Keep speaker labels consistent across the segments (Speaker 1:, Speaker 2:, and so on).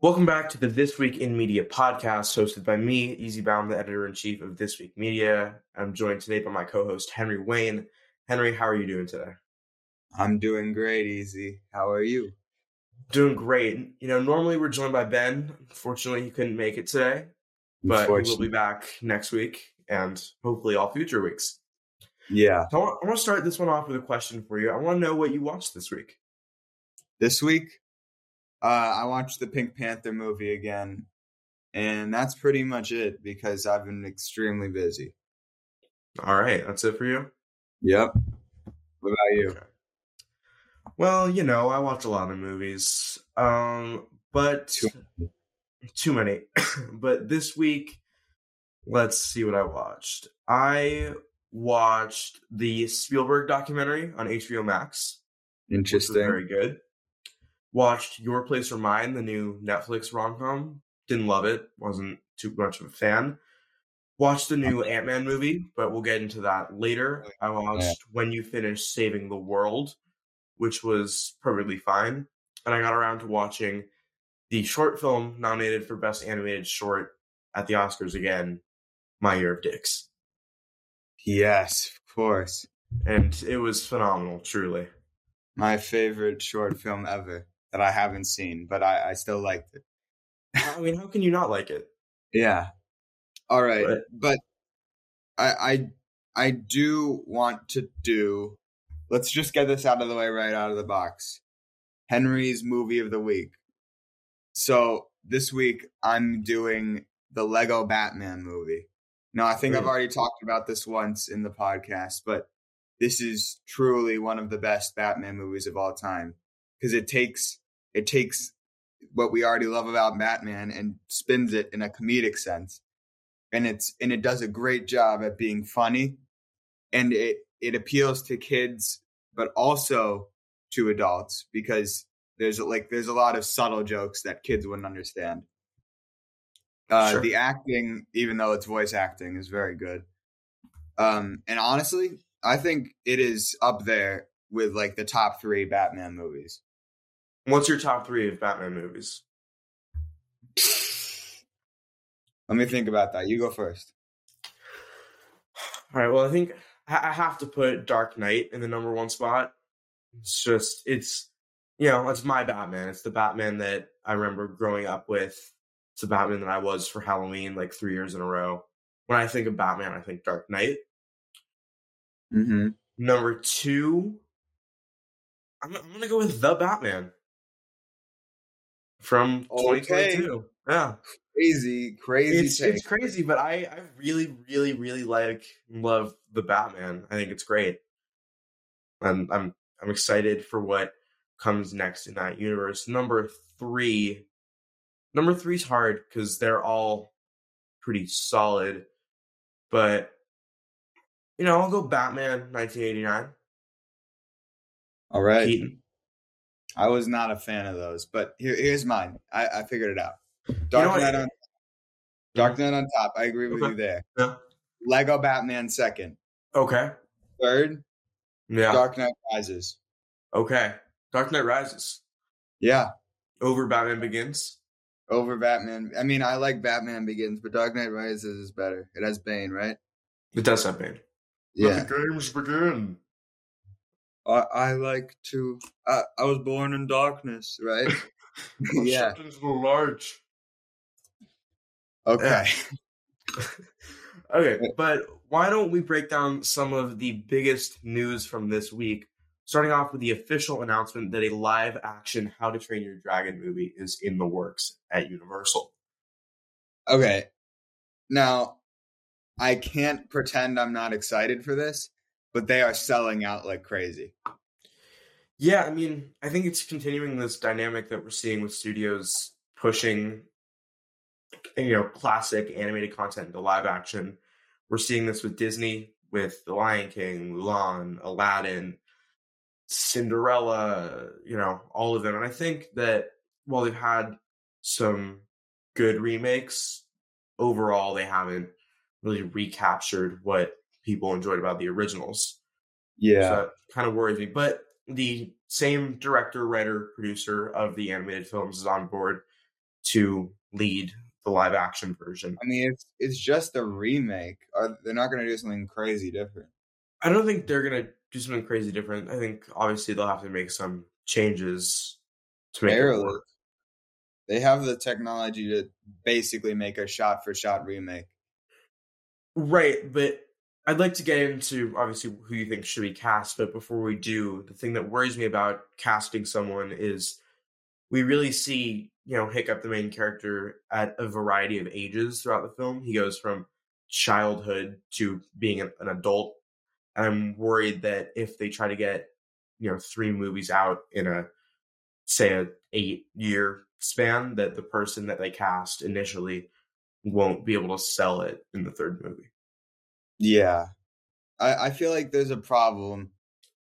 Speaker 1: Welcome back to the This Week in Media podcast, hosted by me, Easy Baum, the editor in chief of This Week Media. I'm joined today by my co host, Henry Wayne. Henry, how are you doing today?
Speaker 2: I'm doing great, Easy. How are you?
Speaker 1: Doing great. You know, normally we're joined by Ben. Unfortunately, he couldn't make it today, but we'll be
Speaker 2: Unfortunately.
Speaker 1: back next week and hopefully all future weeks.
Speaker 2: Yeah.
Speaker 1: So I want, I want to start this one off with a question for you. I want to know what you watched this week.
Speaker 2: This week, uh, I watched the Pink Panther movie again, and that's pretty much it because I've been extremely busy.
Speaker 1: All right, that's it for you.
Speaker 2: Yep. What about you?
Speaker 1: Okay. Well, you know, I watch a lot of movies, um, but
Speaker 2: Too
Speaker 1: too many. but this week, let's see what I watched. I watched the Spielberg documentary on HBO Max. which was
Speaker 2: Interesting.
Speaker 1: very good. Watched Your Place or Mine, the new Netflix rom com. Didn't love it. Wasn't too much of a fan. Watched the new Ant Man movie, but we'll get into that later. I watched When You Finish Saving the World, which was perfectly fine. And I got around to watching the short film nominated for Best Animated Short at the Oscars again, My Year of Dicks.
Speaker 2: Yes, of course.
Speaker 1: And it was phenomenal, truly.
Speaker 2: My favorite short film ever that I haven't seen, but I, I still liked it.
Speaker 1: I mean, how can you not like it?
Speaker 2: Yeah. All right.
Speaker 1: But-
Speaker 2: But I I I do want to do let's just get this out of the way right out of the box. Henry's movie of the week. So this week I'm doing the Lego Batman movie. Now I think I've
Speaker 1: Mm.
Speaker 2: already talked about this once in the podcast, but this is truly one of the best Batman movies of all time. Because it takes it takes what we already love about Batman and spins it in a comedic sense. And it's and it does a great job at being funny and it it appeals to kids but also to adults because there's like there's a lot of subtle jokes that kids wouldn't understand. Uh
Speaker 1: Sure.
Speaker 2: the acting even though it's voice acting is very good. Um and honestly, I think it is up there with like the top 3 Batman movies.
Speaker 1: What's your top three of Batman movies?
Speaker 2: Let me think about that. You go first.
Speaker 1: All right. Well, I think I I have to put Dark Knight in the number one spot. It's just it's you know it's my Batman. It's the Batman that I remember growing up with. It's the Batman that I was for Halloween like three years in a row. When I think of Batman, I think Dark Knight.
Speaker 2: Mm-hmm.
Speaker 1: Number two, I'm, I'm gonna go with the Batman from
Speaker 2: Okay.
Speaker 1: 2022. Yeah.
Speaker 2: Crazy, crazy
Speaker 1: it's,
Speaker 2: take.
Speaker 1: it's crazy, but I, I really, really, really like and love the Batman. I think it's great. I'm I'm I'm excited for what comes next in that universe. Number three, number three's hard because they're all pretty solid, but you know I'll go Batman 1989.
Speaker 2: All right.
Speaker 1: Keaton.
Speaker 2: I was not a fan of those, but here, here's mine. I, I figured it out.
Speaker 1: know
Speaker 2: Dark
Speaker 1: what?
Speaker 2: Knight on Dark Knight on top. I agree with
Speaker 1: Okay.
Speaker 2: you there.
Speaker 1: Yeah.
Speaker 2: Lego Batman second.
Speaker 1: Okay.
Speaker 2: Third,
Speaker 1: Yeah.
Speaker 2: Dark Knight Rises.
Speaker 1: okay. Dark Knight Rises
Speaker 2: Yeah.
Speaker 1: over Batman Begins.
Speaker 2: Over Batman. I mean, I like Batman Begins, but Dark Knight Rises is better. It has Bane, right?
Speaker 1: It does have Bane.
Speaker 2: Yeah.
Speaker 1: the games begin.
Speaker 2: I, I like to. I, I was born in darkness, right?
Speaker 1: Oh,
Speaker 2: yeah.
Speaker 1: large.
Speaker 2: Okay.
Speaker 1: Okay, but why don't we break down some of the biggest news from this week, starting off with the official announcement that a live action How to Train Your Dragon movie is in the works at Universal.
Speaker 2: Okay. Now, I can't pretend I'm not excited for this, but they are selling out like crazy.
Speaker 1: Yeah, I mean, I think it's continuing this dynamic that we're seeing with studios pushing you know, classic animated content into live action. We're seeing this with Disney with The Lion King, Mulan, Aladdin, Cinderella, you know, all of them. And I think that while they've had some good remakes, overall they haven't really recaptured what people enjoyed about the originals. So that kind of worries me. But the same director, writer, producer of the animated films is on board to lead the live action version.
Speaker 2: I mean, it's it's just a remake. Are, they're not going to do something crazy different.
Speaker 1: I don't think they're gonna do something crazy different. I think obviously they'll have to make some changes to make it
Speaker 2: Barely.
Speaker 1: work.
Speaker 2: They have the technology to basically make a shot for shot remake.
Speaker 1: Right, but I'd like to get into obviously who you think should be cast, but before we do, the thing that worries me about casting someone is we really see, you know, Hiccup, the main character, at a variety of ages throughout the film. He goes from childhood to being an an adult. And I'm worried that if they try to get, you know, three movies out in a, say, a eight year span, that the person that they cast initially won't be able to sell it in the third movie.
Speaker 2: Yeah. I, I feel like there's a problem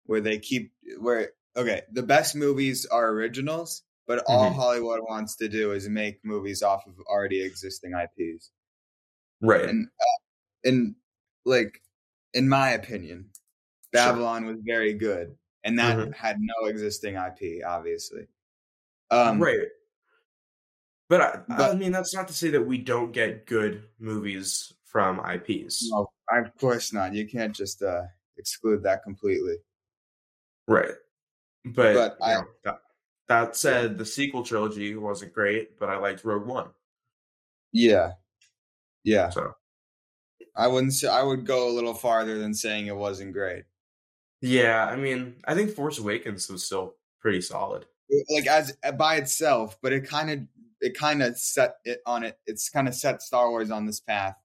Speaker 2: where they keep where okay, the best movies are originals, but all
Speaker 1: Mhm.
Speaker 2: Hollywood wants to do is make movies off of already existing IPs.
Speaker 1: Right.
Speaker 2: And uh, and like in my opinion, Babylon was very good and that
Speaker 1: Mhm.
Speaker 2: had no existing IP obviously. Um
Speaker 1: right. But I, I
Speaker 2: but-
Speaker 1: mean, that's not to say that we don't get good movies from IPs.
Speaker 2: no, of course not. You can't just uh exclude that completely.
Speaker 1: Right. But,
Speaker 2: But
Speaker 1: you
Speaker 2: I-
Speaker 1: know, that, that said, the sequel trilogy wasn't great, but I liked Rogue One.
Speaker 2: Yeah. Yeah.
Speaker 1: So,
Speaker 2: I wouldn't say I would go a little farther than saying it wasn't great.
Speaker 1: yeah, I mean, I think Force Awakens was still pretty solid.
Speaker 2: Like as uh, by itself, but it kind of it kind of set it on it. It's kind of set Star Wars on this path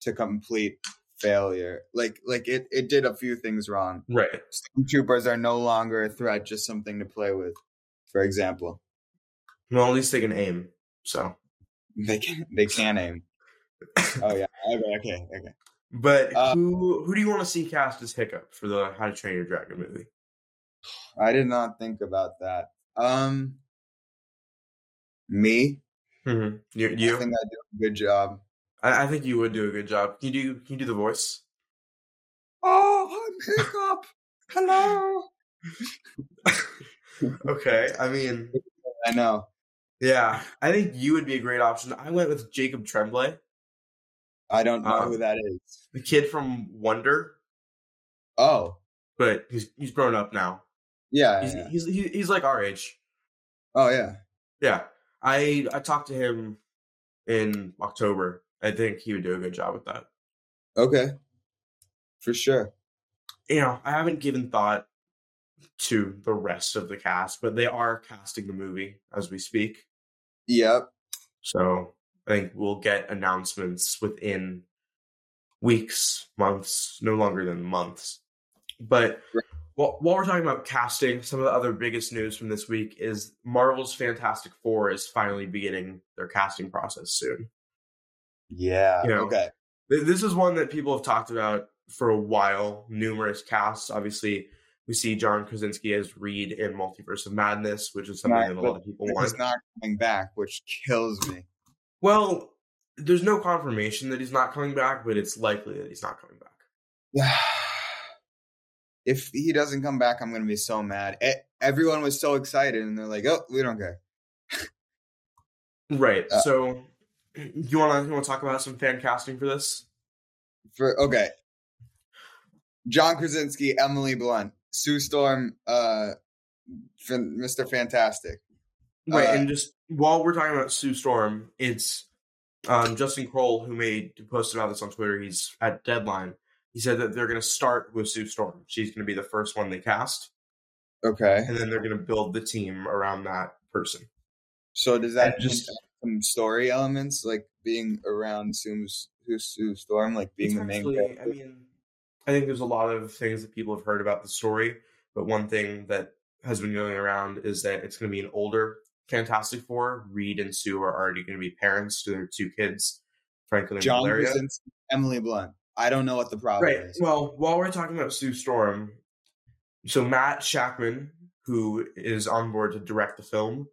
Speaker 2: to complete failure. Like like it it did a few things wrong.
Speaker 1: Right.
Speaker 2: Troopers are no longer a threat, just something to play with. For example,
Speaker 1: Well, at least they can aim. So,
Speaker 2: they can they can aim. Oh yeah. Okay. Okay. Okay.
Speaker 1: but
Speaker 2: Uh,
Speaker 1: who who do you want to see cast as Hiccup for the How to Train Your Dragon movie?
Speaker 2: I did not think about that. Um, me.
Speaker 1: hmm You,
Speaker 2: Mm-hmm. I
Speaker 1: you?
Speaker 2: think I do a good job.
Speaker 1: I, I think you would do a good job. Can you do? Can you do the voice?
Speaker 2: Oh, I'm Hiccup. Hello.
Speaker 1: Okay. I mean,
Speaker 2: I know.
Speaker 1: yeah, I think you would be a great option. I went with Jacob Tremblay,
Speaker 2: I don't know
Speaker 1: Um,
Speaker 2: who that is.
Speaker 1: the kid from Wonder,
Speaker 2: Oh,
Speaker 1: but he's he's grown up now.
Speaker 2: yeah.
Speaker 1: He's
Speaker 2: yeah, yeah.
Speaker 1: he's he- he's like our age.
Speaker 2: Oh, yeah.
Speaker 1: Yeah. I I talked to him in October. I think he would do a good job with that.
Speaker 2: Okay. For sure.
Speaker 1: You know, I haven't given thought to the rest of the cast, but they are casting the movie as we speak.
Speaker 2: Yep.
Speaker 1: So I think we'll get announcements within weeks, months, no longer than months. But
Speaker 2: Right.
Speaker 1: while, while we're talking about casting, some of the other biggest news from this week is Marvel's Fantastic Four is finally beginning their casting process soon.
Speaker 2: Yeah.
Speaker 1: Yeah.
Speaker 2: Okay.
Speaker 1: Th- This is one that people have talked about for a while, numerous casts. Obviously, we see John Krasinski as Reed in Multiverse of Madness, which is something
Speaker 2: Right,
Speaker 1: that a
Speaker 2: but
Speaker 1: lot of people want.
Speaker 2: He's not coming back, which kills me.
Speaker 1: Well, there's no confirmation that he's not coming back, but it's likely that he's not coming back.
Speaker 2: if he doesn't come back, I'm going to be so mad. E- everyone was so excited, and they're like, oh, we don't care.
Speaker 1: Right.
Speaker 2: Uh,
Speaker 1: so, you want to you want to talk about some fan casting for this?
Speaker 2: For Okay. John Krasinski, Emily Blunt, Sue Storm, uh, Fan- Mr. Fantastic.
Speaker 1: Wait,
Speaker 2: Uh,
Speaker 1: and just while we're talking about Sue Storm, it's um, Justin Kroll who made who posted about this on Twitter. He's at Deadline. He said that they're going to start with Sue Storm. She's going to be the first one they cast,
Speaker 2: Okay.
Speaker 1: and then they're going to build the team around that person.
Speaker 2: So does that
Speaker 1: And
Speaker 2: just
Speaker 1: just-
Speaker 2: some story elements like being around Sue's who's Sue Storm, like being
Speaker 1: It's
Speaker 2: the main
Speaker 1: actually-
Speaker 2: character?
Speaker 1: I mean, I think there's a lot of things that people have heard about the story, but one thing that has been going around is that it's going to be an older Fantastic Four. Reed and Sue are already going to be parents to their two kids, Franklin and
Speaker 2: John
Speaker 1: Valeria.
Speaker 2: Krasinski, Emily Blunt. I don't know what the problem
Speaker 1: Right.
Speaker 2: is.
Speaker 1: Well, while we're talking about Sue Storm, so Matt Shackman, who is on board to direct the film,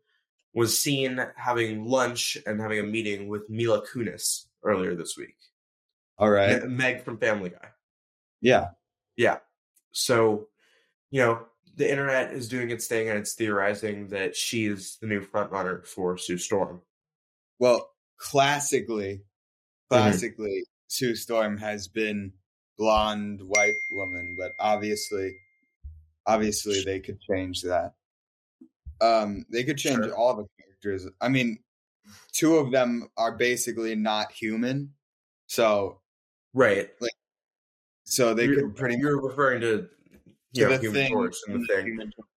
Speaker 1: was seen having lunch and having a meeting with Mila Kunis earlier this week.
Speaker 2: All right.
Speaker 1: Me- Meg from Family Guy.
Speaker 2: Yeah.
Speaker 1: So, you know, the internet is doing its thing and it's theorizing that she is the new front runner for Sue Storm.
Speaker 2: Well, classically,
Speaker 1: Mm-hmm.
Speaker 2: classically, Sue Storm has been blonde white woman, but obviously, obviously they could change that. Um, they could change
Speaker 1: Sure.
Speaker 2: all the characters. I mean, two of them are basically not human, so
Speaker 1: Right.
Speaker 2: so they
Speaker 1: you're,
Speaker 2: could pretty much
Speaker 1: you're referring to you
Speaker 2: to
Speaker 1: know,
Speaker 2: the
Speaker 1: human
Speaker 2: thing,
Speaker 1: torch and the thing.
Speaker 2: Human Torch.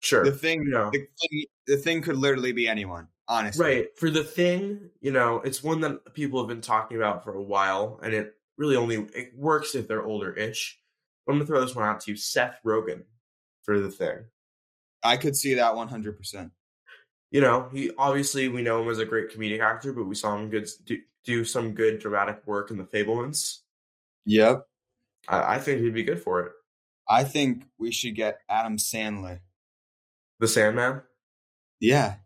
Speaker 1: Sure.
Speaker 2: the thing,
Speaker 1: Yeah.
Speaker 2: the thing, the thing could literally be anyone. Honestly,
Speaker 1: Right. For the thing, you know, it's one that people have been talking about for a while, and it really only it works if they're older ish. I'm gonna throw this one out to you, Seth Rogen for the thing.
Speaker 2: I could see that one hundred percent.
Speaker 1: You know, he obviously we know him as a great comedic actor, but we saw him good do, do some good dramatic work in The Fablemans.
Speaker 2: Yep.
Speaker 1: I, I think he'd be good for it.
Speaker 2: I think we should get Adam Sandler.
Speaker 1: The Sandman.
Speaker 2: Yeah.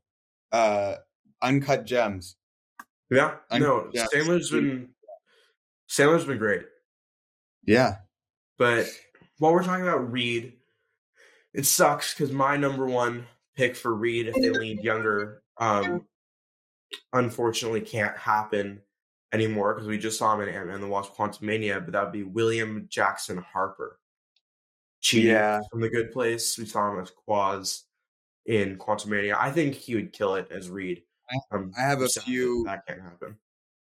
Speaker 2: Uh Uncut Gems.
Speaker 1: Yeah.
Speaker 2: I'm-
Speaker 1: no,
Speaker 2: yeah.
Speaker 1: Sandler's been Sandler's been great.
Speaker 2: Yeah.
Speaker 1: But while we're talking about Reed, it sucks because my number one pick for Reed, if they leaned younger, um, unfortunately can't happen anymore because we just saw him in Ant Man and the Wasp Quantumania, but that would be William Jackson Harper. Cheating
Speaker 2: Yeah.
Speaker 1: from the good place. We saw him as Quaz in Quantumania. I think he would kill it as Reed. Um,
Speaker 2: I have a
Speaker 1: sad that
Speaker 2: few-
Speaker 1: that can't happen.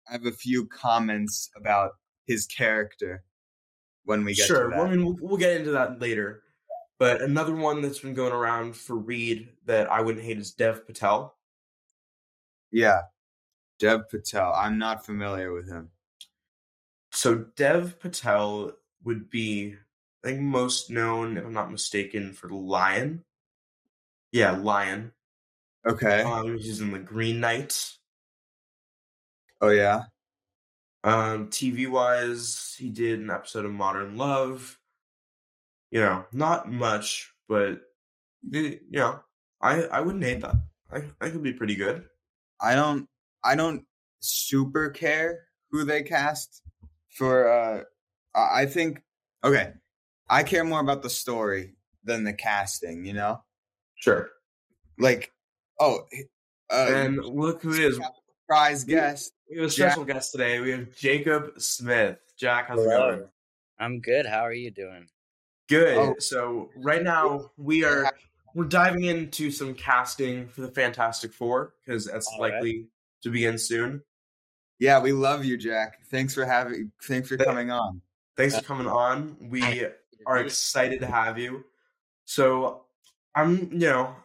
Speaker 2: I have a few comments about his character when we get
Speaker 1: sure.
Speaker 2: to
Speaker 1: well,
Speaker 2: that.
Speaker 1: I mean, we'll, we'll get into that later. But another one that's been going around for Reed that I wouldn't hate is Dev Patel.
Speaker 2: yeah. Dev Patel. I'm not familiar with him.
Speaker 1: So Dev Patel would be, I think, most known, if I'm not mistaken, for Lion. Yeah, Lion.
Speaker 2: Okay.
Speaker 1: Um, he's in the Green Knight.
Speaker 2: oh yeah.
Speaker 1: Um, TV wise, he did an episode of Modern Love. You know, not much, but eh, you know, I I wouldn't hate that. I I could be pretty good.
Speaker 2: I don't I don't super care who they cast for uh I I think okay. I care more about the story than the casting, you know?
Speaker 1: Sure.
Speaker 2: Like oh uh
Speaker 1: And look who it is.
Speaker 2: surprise guest.
Speaker 1: We have a special guest today. We have Jacob Smith. Jack, how's it
Speaker 3: Hello.
Speaker 1: going?
Speaker 3: I'm good. How are you doing?
Speaker 1: Good.
Speaker 2: Oh.
Speaker 1: So right now we are we're diving into some casting for the Fantastic Four because that's
Speaker 3: All right.
Speaker 1: likely to begin soon.
Speaker 2: Yeah, we love you, Jack. Thanks for having. Thanks for
Speaker 1: Th-
Speaker 2: coming on.
Speaker 3: Uh
Speaker 1: Thanks for coming on. We are excited to have you. So I'm, you know,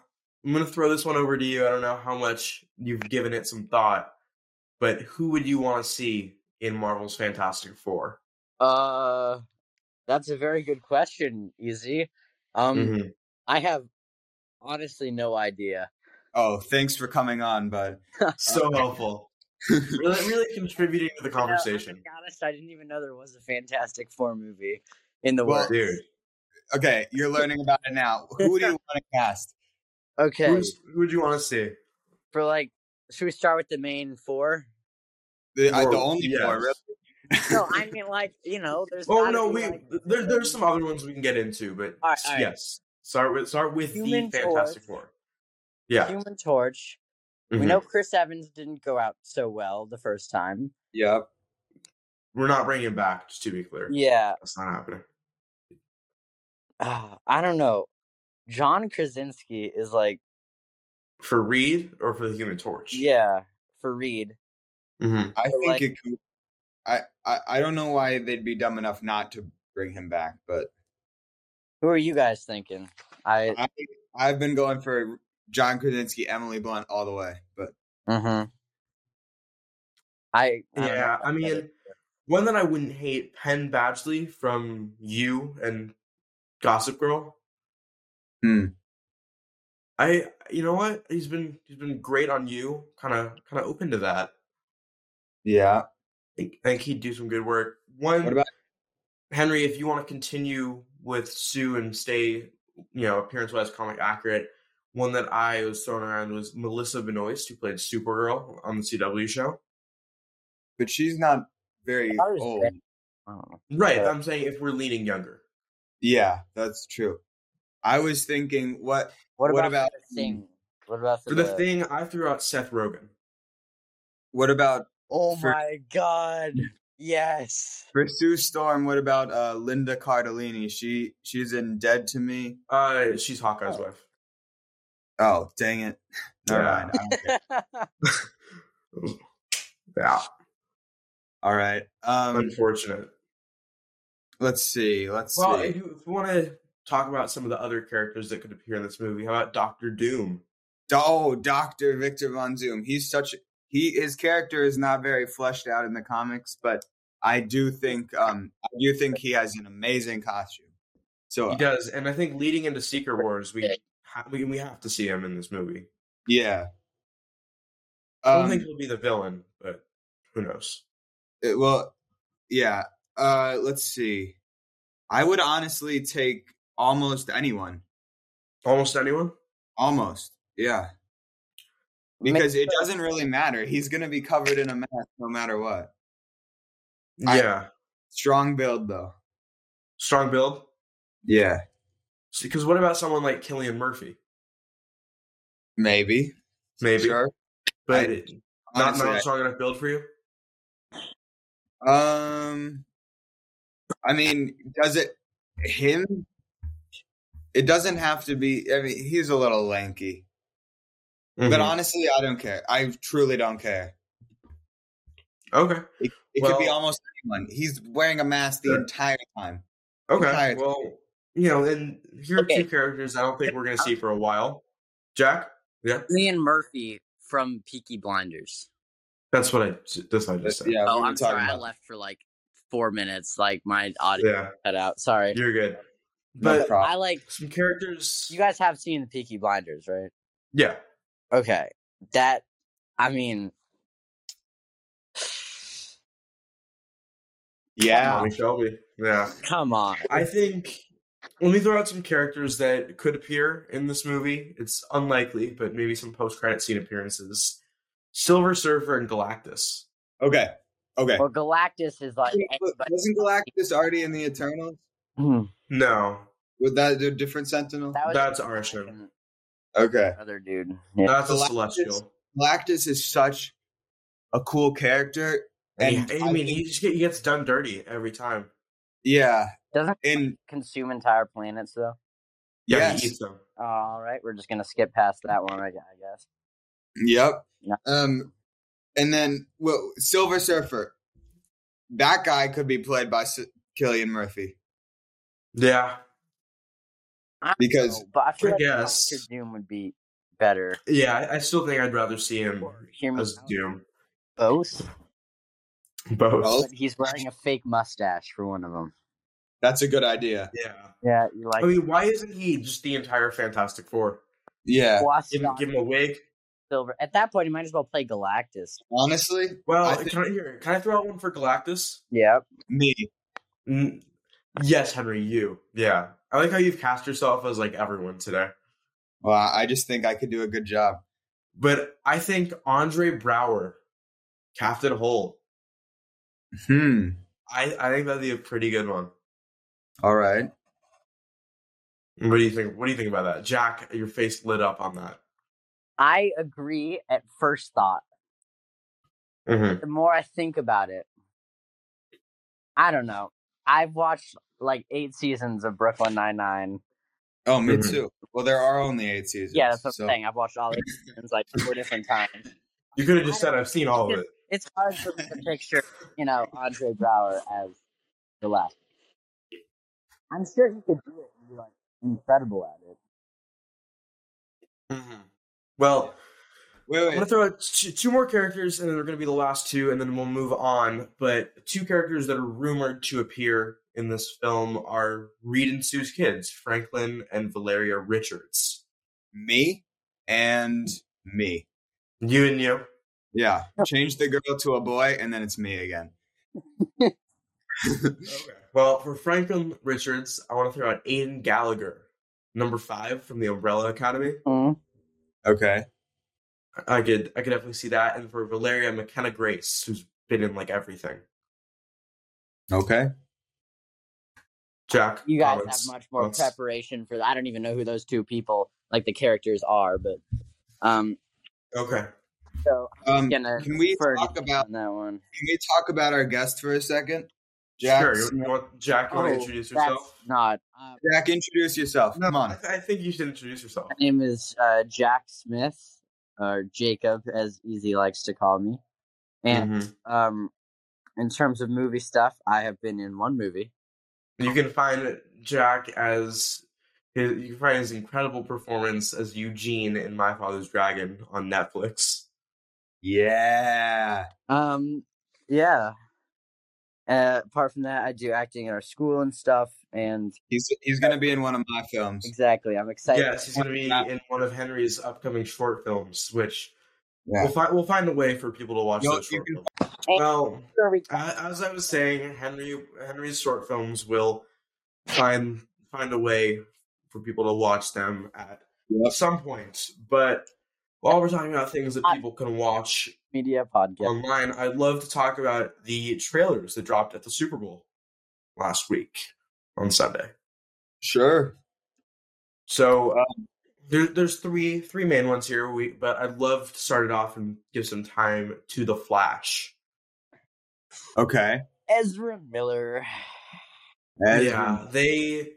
Speaker 1: I'm gonna throw this one over to you. I don't know how much you've given it some thought, but who would you want to see in Marvel's Fantastic Four?
Speaker 3: Uh, that's a very good question, Easy. Um,
Speaker 1: Mhm.
Speaker 3: I have honestly no idea.
Speaker 2: Oh, thanks for coming on, bud.
Speaker 1: So helpful. really, really contributing to the
Speaker 3: You know, I'm
Speaker 1: conversation.
Speaker 3: gonna be honest, I didn't even know there was a Fantastic Four movie in the
Speaker 2: Well,
Speaker 3: world.
Speaker 1: Dude,
Speaker 2: Okay, you're learning about it now. Who do you want to cast?
Speaker 3: Okay,
Speaker 1: who's, who would you want to see?
Speaker 3: for like, should we start with the main four?
Speaker 2: The, uh, the
Speaker 1: Or-
Speaker 2: only
Speaker 1: yes.
Speaker 2: four, really.
Speaker 3: No, I mean like you know, there's.
Speaker 1: Oh
Speaker 3: gotta
Speaker 1: no,
Speaker 3: be,
Speaker 1: we
Speaker 3: like,
Speaker 1: there, there's some other ones we can get into, but
Speaker 3: All right, all right.
Speaker 1: yes, start with start with
Speaker 3: Human
Speaker 1: the Fantastic
Speaker 3: Torch.
Speaker 1: Four. Yeah,
Speaker 3: Human Torch. We
Speaker 1: mhm.
Speaker 3: know Chris Evans didn't go out so well the first time.
Speaker 2: Yep.
Speaker 1: we're not bringing him back. Just to be clear,
Speaker 3: Yeah,
Speaker 1: that's not happening.
Speaker 3: uh, I don't know. John Krasinski is like,
Speaker 1: For Reed or for the Human Torch?
Speaker 3: yeah, for Reed.
Speaker 1: Mhm.
Speaker 2: I think
Speaker 3: like-
Speaker 2: it could. I, I I don't know why they'd be dumb enough not to bring him back, but
Speaker 3: Who are you guys thinking? I
Speaker 2: I I've been going for John Krasinski, Emily Blunt all the way. But
Speaker 3: hmm I, I don't know
Speaker 1: yeah.
Speaker 3: about
Speaker 1: I
Speaker 3: that.
Speaker 1: mean, one that I wouldn't hate, Penn Badgley from You and Gossip Girl.
Speaker 2: Hmm.
Speaker 1: I, you know what? He's been he's been great on You. Kind of kind of open to that.
Speaker 2: yeah,
Speaker 1: think, I think he'd do some good work. One,
Speaker 2: What about-
Speaker 1: Henry? If you want to continue with Sue and stay, you know, appearance wise, comic accurate, one that I was thrown around was Melissa Benoist, who played Supergirl on the CW show.
Speaker 2: but she's not very
Speaker 3: How is
Speaker 2: old.
Speaker 3: that- I don't know.
Speaker 1: Right.
Speaker 3: Yeah.
Speaker 1: I'm saying if we're leaning younger,
Speaker 2: Yeah, that's true. I was thinking, what
Speaker 3: What,
Speaker 2: What
Speaker 3: about,
Speaker 2: about
Speaker 3: for the thing? What about for,
Speaker 1: for the thing, I threw out Seth Rogen.
Speaker 2: What about
Speaker 3: Oh
Speaker 2: For-
Speaker 3: my god. Yes.
Speaker 2: for Sue Storm? What about uh, Linda Cardellini? She she's in Dead to Me.
Speaker 1: Uh, she's Hawkeye's wife.
Speaker 2: Oh dang it! Never
Speaker 1: Yeah.
Speaker 2: mind. I don't care.
Speaker 1: Yeah,
Speaker 2: All right. Um,
Speaker 1: unfortunate.
Speaker 2: let's see. Let's
Speaker 1: Well,
Speaker 2: see.
Speaker 1: if you, if you want to talk about some of the other characters that could appear in this movie, how about Doctor Doom?
Speaker 2: Oh, Doctor Victor Von Doom. He's such he his character is not very fleshed out in the comics, but I do think um I do think he has an amazing costume. So
Speaker 1: He does, and I think leading into Secret Wars, we ha- we we have to see him in this movie.
Speaker 2: yeah.
Speaker 1: I don't
Speaker 2: Um,
Speaker 1: think he'll be the villain, but who knows?
Speaker 2: it- Uh, well, yeah. Uh, let's see. I would honestly take almost anyone.
Speaker 1: Almost anyone.
Speaker 2: Almost, yeah. Because it doesn't really matter. He's gonna be covered in a mask no matter what. I-
Speaker 1: yeah,
Speaker 2: Strong build though.
Speaker 1: strong build.
Speaker 2: Yeah.
Speaker 1: Because what about someone like Killian Murphy?
Speaker 2: Maybe.
Speaker 1: Maybe,
Speaker 2: Sure.
Speaker 1: but
Speaker 2: I-
Speaker 1: it- not
Speaker 2: Honestly,
Speaker 1: not
Speaker 2: I-
Speaker 1: a strong enough build for you.
Speaker 2: Um, I mean, does it him? It doesn't have to be. I mean, he's a little lanky, but
Speaker 1: Mhm.
Speaker 2: honestly, I don't care. I truly don't care.
Speaker 1: okay,
Speaker 2: It could be
Speaker 1: Well-
Speaker 2: almost anyone. He's wearing a mask the
Speaker 1: Sure.
Speaker 2: entire time.
Speaker 1: okay.
Speaker 2: Entire-
Speaker 1: Well, you know, and here are
Speaker 3: Okay.
Speaker 1: two characters I don't think we're gonna see for a while. Jack. Yeah,
Speaker 3: Cillian Murphy from Peaky Blinders.
Speaker 1: that's what I that's what I just
Speaker 2: But,
Speaker 1: said.
Speaker 2: yeah, we
Speaker 3: Oh,
Speaker 2: were
Speaker 3: I'm sorry. I
Speaker 2: about-
Speaker 3: left for like four minutes. Like my audio
Speaker 1: yeah,
Speaker 3: cut out. Sorry.
Speaker 1: you're good.
Speaker 2: No
Speaker 1: But
Speaker 2: problem.
Speaker 3: I like.
Speaker 1: some characters.
Speaker 3: You guys have seen the Peaky Blinders, right?
Speaker 1: yeah,
Speaker 3: Okay. That. I mean.
Speaker 2: yeah,
Speaker 1: Tommy Shelby. Yeah,
Speaker 3: Come on.
Speaker 1: I think. Let me throw out some characters that could appear in this movie. It's unlikely, but maybe some post-credit scene appearances. Silver Surfer and Galactus.
Speaker 2: okay, okay.
Speaker 3: Well, Galactus is like. anybody-
Speaker 2: Wasn't Galactus already in the Eternals?
Speaker 3: Hmm.
Speaker 1: No,
Speaker 2: Was that a different Sentinel?
Speaker 3: That was
Speaker 1: That's
Speaker 3: the
Speaker 1: Arshan.
Speaker 3: second
Speaker 2: Okay,
Speaker 3: Other dude. Yeah.
Speaker 1: that's
Speaker 2: Galactus-
Speaker 1: a celestial.
Speaker 2: Galactus is such a cool character,
Speaker 1: And
Speaker 2: and
Speaker 1: I mean, he just get, he gets done dirty every time.
Speaker 2: yeah,
Speaker 3: Doesn't
Speaker 2: and
Speaker 3: consume entire planets though.
Speaker 1: Yeah,
Speaker 2: Yes.
Speaker 1: he eats them.
Speaker 3: All right, we're just gonna skip past that one, I I guess.
Speaker 2: Yep.
Speaker 3: Yeah.
Speaker 2: Um, and then well, Silver Surfer. That guy could be played by S- Killian Murphy.
Speaker 1: Yeah,
Speaker 3: I don't
Speaker 2: Because-
Speaker 3: know, Oh, but I feel
Speaker 1: I
Speaker 3: like
Speaker 1: guess-
Speaker 3: Doctor Doom would be better.
Speaker 1: yeah. I- I still think I'd rather see him
Speaker 3: Or hear me
Speaker 1: as
Speaker 3: out.
Speaker 1: Doom.
Speaker 3: both,
Speaker 1: Both. Oh.
Speaker 2: Both?
Speaker 3: but he's wearing a fake mustache for one of them.
Speaker 2: That's a good idea.
Speaker 1: Oh, Yeah.
Speaker 3: Yeah, you
Speaker 1: I
Speaker 3: like.
Speaker 1: mean, why isn't he just the entire Fantastic Four?
Speaker 2: Yeah.
Speaker 3: Lost
Speaker 1: Give,
Speaker 3: it
Speaker 1: him-
Speaker 3: on
Speaker 1: give him a wig.
Speaker 3: silver. At that point, he might as well play Galactus.
Speaker 2: Honestly,
Speaker 1: Well,
Speaker 2: I think-
Speaker 1: can I here, Can I throw out one for Galactus?
Speaker 3: Yep.
Speaker 2: me.
Speaker 1: Mm, yes, Henry. You. Yeah. I like how you've cast yourself as like everyone today.
Speaker 2: Well, I just think I could do a good job.
Speaker 1: But I think Andre Brower, Captain Hole.
Speaker 2: Hmm.
Speaker 1: I I think that'd be a pretty good one.
Speaker 2: All right.
Speaker 1: What do you think? What do you think about that, Jack? Your face lit up on that.
Speaker 3: I agree at first thought.
Speaker 2: Mm-hmm.
Speaker 3: The more I think about it, I don't know. I've watched like eight seasons of Brooklyn Nine Nine.
Speaker 2: Oh, me
Speaker 1: Mhm.
Speaker 2: too. Well, there are only eight seasons.
Speaker 3: Yeah, that's what
Speaker 2: so-
Speaker 3: I'm saying. I've watched all eight seasons like four different times.
Speaker 1: You could have just said I've seen all of it.
Speaker 3: It's hard for me to picture, you know, Andre Brower as the last. I'm sure he could do it and be like incredible at it.
Speaker 2: Mm-hmm.
Speaker 1: Well,
Speaker 2: Wait,
Speaker 1: I'm
Speaker 2: wait.
Speaker 1: gonna throw out two, two more characters, and then they're gonna be the last two, and then we'll move on. But two characters that are rumored to appear in this film are Reed and Sue's kids, Franklin and Valeria Richards.
Speaker 2: Me and me.
Speaker 1: You and you.
Speaker 2: Yeah.
Speaker 3: Oh.
Speaker 2: Change the girl to a boy, and then it's me again.
Speaker 1: Okay. Well, for Franklin Richards, I want to throw out Aiden Gallagher, number five from the Umbrella Academy.
Speaker 2: Okay.
Speaker 1: I could I could definitely see that. And for Valeria McKenna Grace, who's been in like everything.
Speaker 2: Okay.
Speaker 1: Jack,
Speaker 3: You guys
Speaker 1: comments?
Speaker 3: have much more
Speaker 1: Let's-
Speaker 3: preparation for that. I don't even know who those two people, like the characters, are, but um,
Speaker 1: Okay.
Speaker 3: So I'm just
Speaker 2: Um,
Speaker 3: gonna
Speaker 2: can we
Speaker 3: defer to
Speaker 2: talk
Speaker 3: Jack
Speaker 1: Uh,
Speaker 2: about-
Speaker 3: on that one?
Speaker 2: Can we talk about our guest for a second? Jack,
Speaker 1: Sure. You, you want, Jack, you want to introduce
Speaker 3: Oh, that's
Speaker 1: yourself?
Speaker 3: Not. Uh,
Speaker 2: Jack, introduce yourself. Come
Speaker 1: I,
Speaker 2: on.
Speaker 1: th- I think you should introduce yourself.
Speaker 3: my name is uh, Jack Smith, or Jacob, as Easy likes to call me. And
Speaker 2: Mm-hmm.
Speaker 1: Mhm.
Speaker 3: um, in terms of movie stuff, I have been in one movie.
Speaker 1: You can find Jack as his, you can find his incredible performance as Eugene in My Father's Dragon on Netflix.
Speaker 2: Yeah.
Speaker 3: Um, yeah. Uh, apart from that, I do acting in our school and stuff. And
Speaker 2: He's he's gonna be in one of my films.
Speaker 3: exactly, I'm excited.
Speaker 1: Yes, he's going to be in one of Henry's upcoming short films, which
Speaker 2: Yeah.
Speaker 1: we'll find we'll find a way for people to watch
Speaker 2: Yo,
Speaker 1: those
Speaker 2: you
Speaker 1: short
Speaker 2: can-
Speaker 1: films.
Speaker 3: Hey.
Speaker 1: Well,
Speaker 3: Sure we-
Speaker 1: a- as I was saying, Henry Henry's short films will find find a way for people to watch them at
Speaker 2: Yep.
Speaker 1: some point. But while we're talking about things that
Speaker 3: I-
Speaker 1: people can watch
Speaker 3: Media podcast.
Speaker 1: online, I'd love to talk about the trailers that dropped at the Super Bowl last week on Sunday.
Speaker 2: Sure.
Speaker 1: So um, there, there's three three main ones here. We but I'd love to start it off and give some time to the Flash.
Speaker 2: Okay.
Speaker 3: Ezra Miller.
Speaker 2: As-
Speaker 1: yeah, they.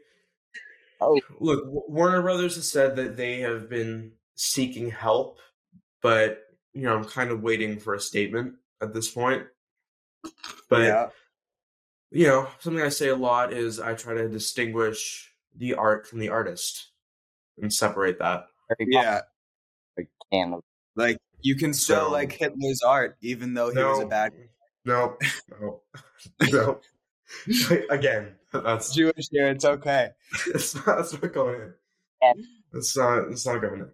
Speaker 3: Oh.
Speaker 1: Look, W- Warner Brothers has said that they have been seeking help, but you know I'm kind of waiting for a statement at this point. But
Speaker 2: yeah.
Speaker 1: you know, something I say a lot is I try to distinguish the art from the artist and separate that.
Speaker 3: Very
Speaker 2: Yeah.
Speaker 3: popular Can of
Speaker 2: Like you can still
Speaker 1: So-
Speaker 2: like Hitler's art, even though Oh, he was a bad
Speaker 1: No, no, no. Again, that's
Speaker 2: Jewish there, it's okay.
Speaker 1: that's not, that's not going in.
Speaker 3: Yeah.
Speaker 1: That's not that's not going in.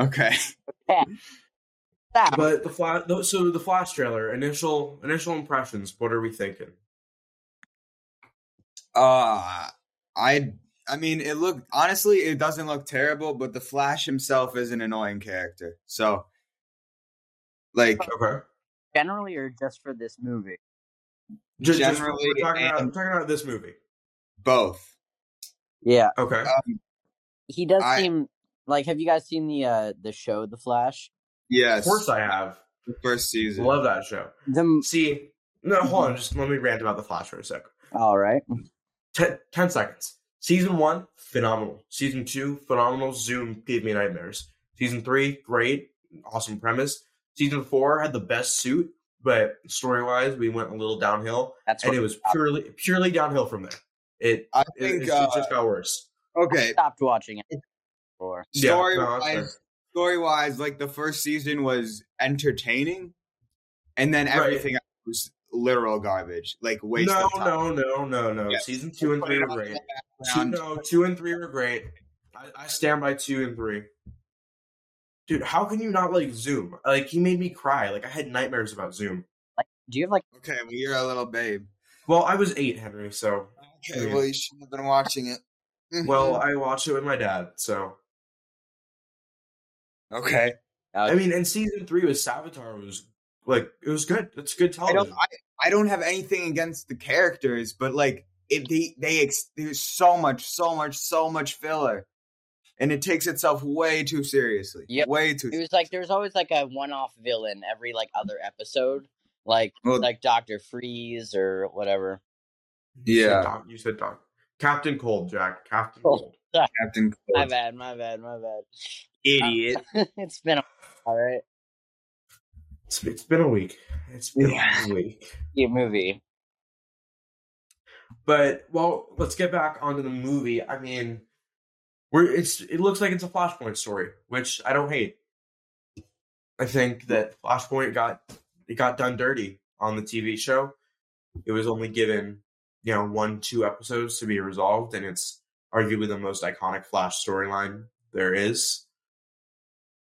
Speaker 2: Okay.
Speaker 3: that.
Speaker 1: But the flash, so the flash trailer, initial initial impressions. What are we thinking?
Speaker 2: Uh I I mean it looked honestly it doesn't look terrible, but the Flash himself is an annoying character. So like
Speaker 1: Okay,
Speaker 3: generally, or just for this movie?
Speaker 1: just,
Speaker 2: Generally,
Speaker 1: just, we're talking about,
Speaker 2: and-
Speaker 1: we're talking about this movie.
Speaker 2: both. Um,
Speaker 3: Yeah,
Speaker 1: Okay,
Speaker 3: he does
Speaker 2: I-
Speaker 3: seem like. Have you guys seen the uh the show The Flash?
Speaker 1: of
Speaker 2: Yes.
Speaker 1: course I have.
Speaker 2: the first season.
Speaker 1: Love that show.
Speaker 3: The m-
Speaker 1: See, no, hold on. Just let me rant about the flash for a sec.
Speaker 3: all right.
Speaker 1: Ten, 10 seconds. Season one, phenomenal. Season two, phenomenal. Zoom gave me nightmares. Season three, great. Awesome premise. Season four had the best suit, but story wise, we went a little downhill,
Speaker 3: That's
Speaker 1: and
Speaker 3: what
Speaker 1: it was purely purely downhill from there. It
Speaker 2: I
Speaker 1: it,
Speaker 2: think
Speaker 1: it
Speaker 2: uh,
Speaker 1: just got worse.
Speaker 2: okay.
Speaker 3: stopped watching it. Or
Speaker 1: Yeah, no,
Speaker 2: Story
Speaker 1: that's fair.
Speaker 2: wise story wise, like the first season was entertaining and then
Speaker 1: Right.
Speaker 2: everything else was literal garbage. Like waste
Speaker 1: No,
Speaker 2: of time.
Speaker 1: no, no, no, no.
Speaker 2: Yeah.
Speaker 1: Season two and
Speaker 2: Put
Speaker 1: three
Speaker 2: it
Speaker 1: were
Speaker 2: on
Speaker 1: great.
Speaker 2: the
Speaker 1: Two,
Speaker 2: background.
Speaker 1: no, two and three were great. I, I stand by two and three. Dude, how can you not like Zoom? Like he made me cry. Like I had nightmares about Zoom.
Speaker 3: do you have like?
Speaker 2: Okay, well you're a little babe.
Speaker 1: Well, I was eight, Henry. So
Speaker 2: Okay,
Speaker 1: Yeah.
Speaker 2: well you shouldn't have been watching it. Mhm.
Speaker 1: well, I watched it with my dad. So
Speaker 2: Okay.
Speaker 3: uh,
Speaker 1: I mean, and season three with Savitar was like it was good. It's good
Speaker 2: I don't
Speaker 1: television.
Speaker 2: I, I don't have anything against the characters, but like it they they ex- there's so much, so much, so much filler. And it takes itself way too seriously.
Speaker 3: Yep.
Speaker 2: Way too
Speaker 3: It was like there was always like a one-off villain every like other episode, like
Speaker 2: Well-
Speaker 3: like Doctor Freeze or whatever.
Speaker 1: You said
Speaker 2: Yeah.
Speaker 1: Doc- you said Doc. Captain Cold, Jack. Captain
Speaker 3: Oh.
Speaker 1: Cold.
Speaker 2: Captain
Speaker 3: My
Speaker 2: Cold.
Speaker 3: bad, my bad, my bad.
Speaker 2: Idiot.
Speaker 3: it's been a- all right.
Speaker 1: It's, it's been a week. It's been
Speaker 2: Yeah.
Speaker 1: a week.
Speaker 3: Cute movie.
Speaker 1: But well, let's get back onto the movie. I mean, we're it's it looks like it's a Flashpoint story, which I don't hate. I think that Flashpoint got it got done dirty on the TV show. It was only given you know one two episodes to be resolved, and it's arguably the most iconic Flash storyline there is.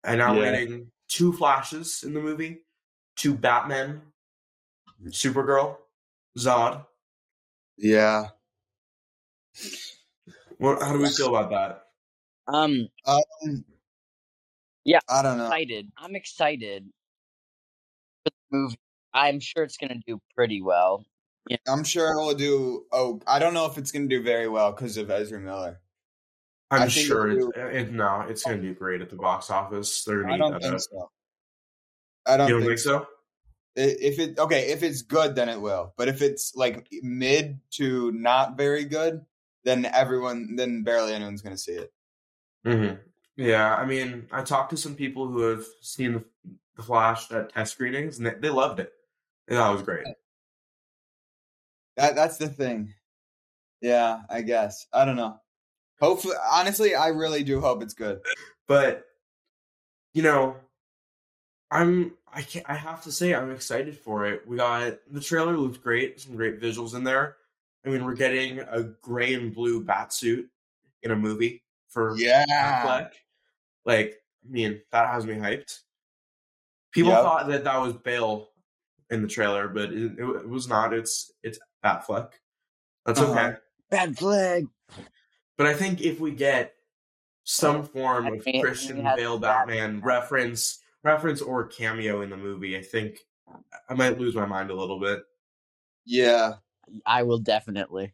Speaker 1: And now we're
Speaker 2: Yeah.
Speaker 1: getting two Flashes in the movie, two Batmen, Supergirl, Zod.
Speaker 2: Yeah.
Speaker 1: What, how do we feel about that?
Speaker 3: Um,
Speaker 2: Um,
Speaker 3: Yeah.
Speaker 2: I don't know.
Speaker 3: excited. I'm excited for the movie. I'm sure it's gonna do pretty well.
Speaker 2: I'm sure it will do. Oh, I don't know if it's going to do very well because of Ezra Miller.
Speaker 1: I'm
Speaker 2: I think
Speaker 1: sure eh,
Speaker 2: if
Speaker 1: it, it, no, it's going to do great at the box office. They're
Speaker 2: I
Speaker 1: going to eat
Speaker 2: don't
Speaker 1: that
Speaker 2: think
Speaker 1: up.
Speaker 2: so. I don't,
Speaker 1: You don't
Speaker 2: think,
Speaker 1: think so?
Speaker 2: I- if it okay if it's good then it will but if it's like mid to not very good then everyone then barely anyone's gonna see it
Speaker 1: Mm-hmm. Yeah, I mean, I talked to some people who have seen the, the Flash at test screenings, and they, they loved it. They thought it was great.
Speaker 2: that that's the thing yeah i guess i don't know hopefully honestly i really do hope it's good
Speaker 1: But you know, I'm I can't I have to say I'm excited for it. We got the trailer looked great, some great visuals in there. I mean, we're getting a gray and blue bat suit in a movie for
Speaker 2: yeah Ah.
Speaker 1: Affleck. Like, I mean, that has me hyped. People
Speaker 2: Yep.
Speaker 1: thought that that was Bale in the trailer, but it, it, it was not. It's it's Affleck. That's
Speaker 2: Uh-huh.
Speaker 1: okay.
Speaker 3: Bad flag.
Speaker 1: But I think if we get some form
Speaker 3: I
Speaker 1: of
Speaker 3: mean,
Speaker 1: Christian
Speaker 3: we have
Speaker 1: Bale
Speaker 3: that-
Speaker 1: Batman reference, reference or cameo in the movie, I think I might lose my mind a little bit.
Speaker 2: yeah
Speaker 3: I will definitely.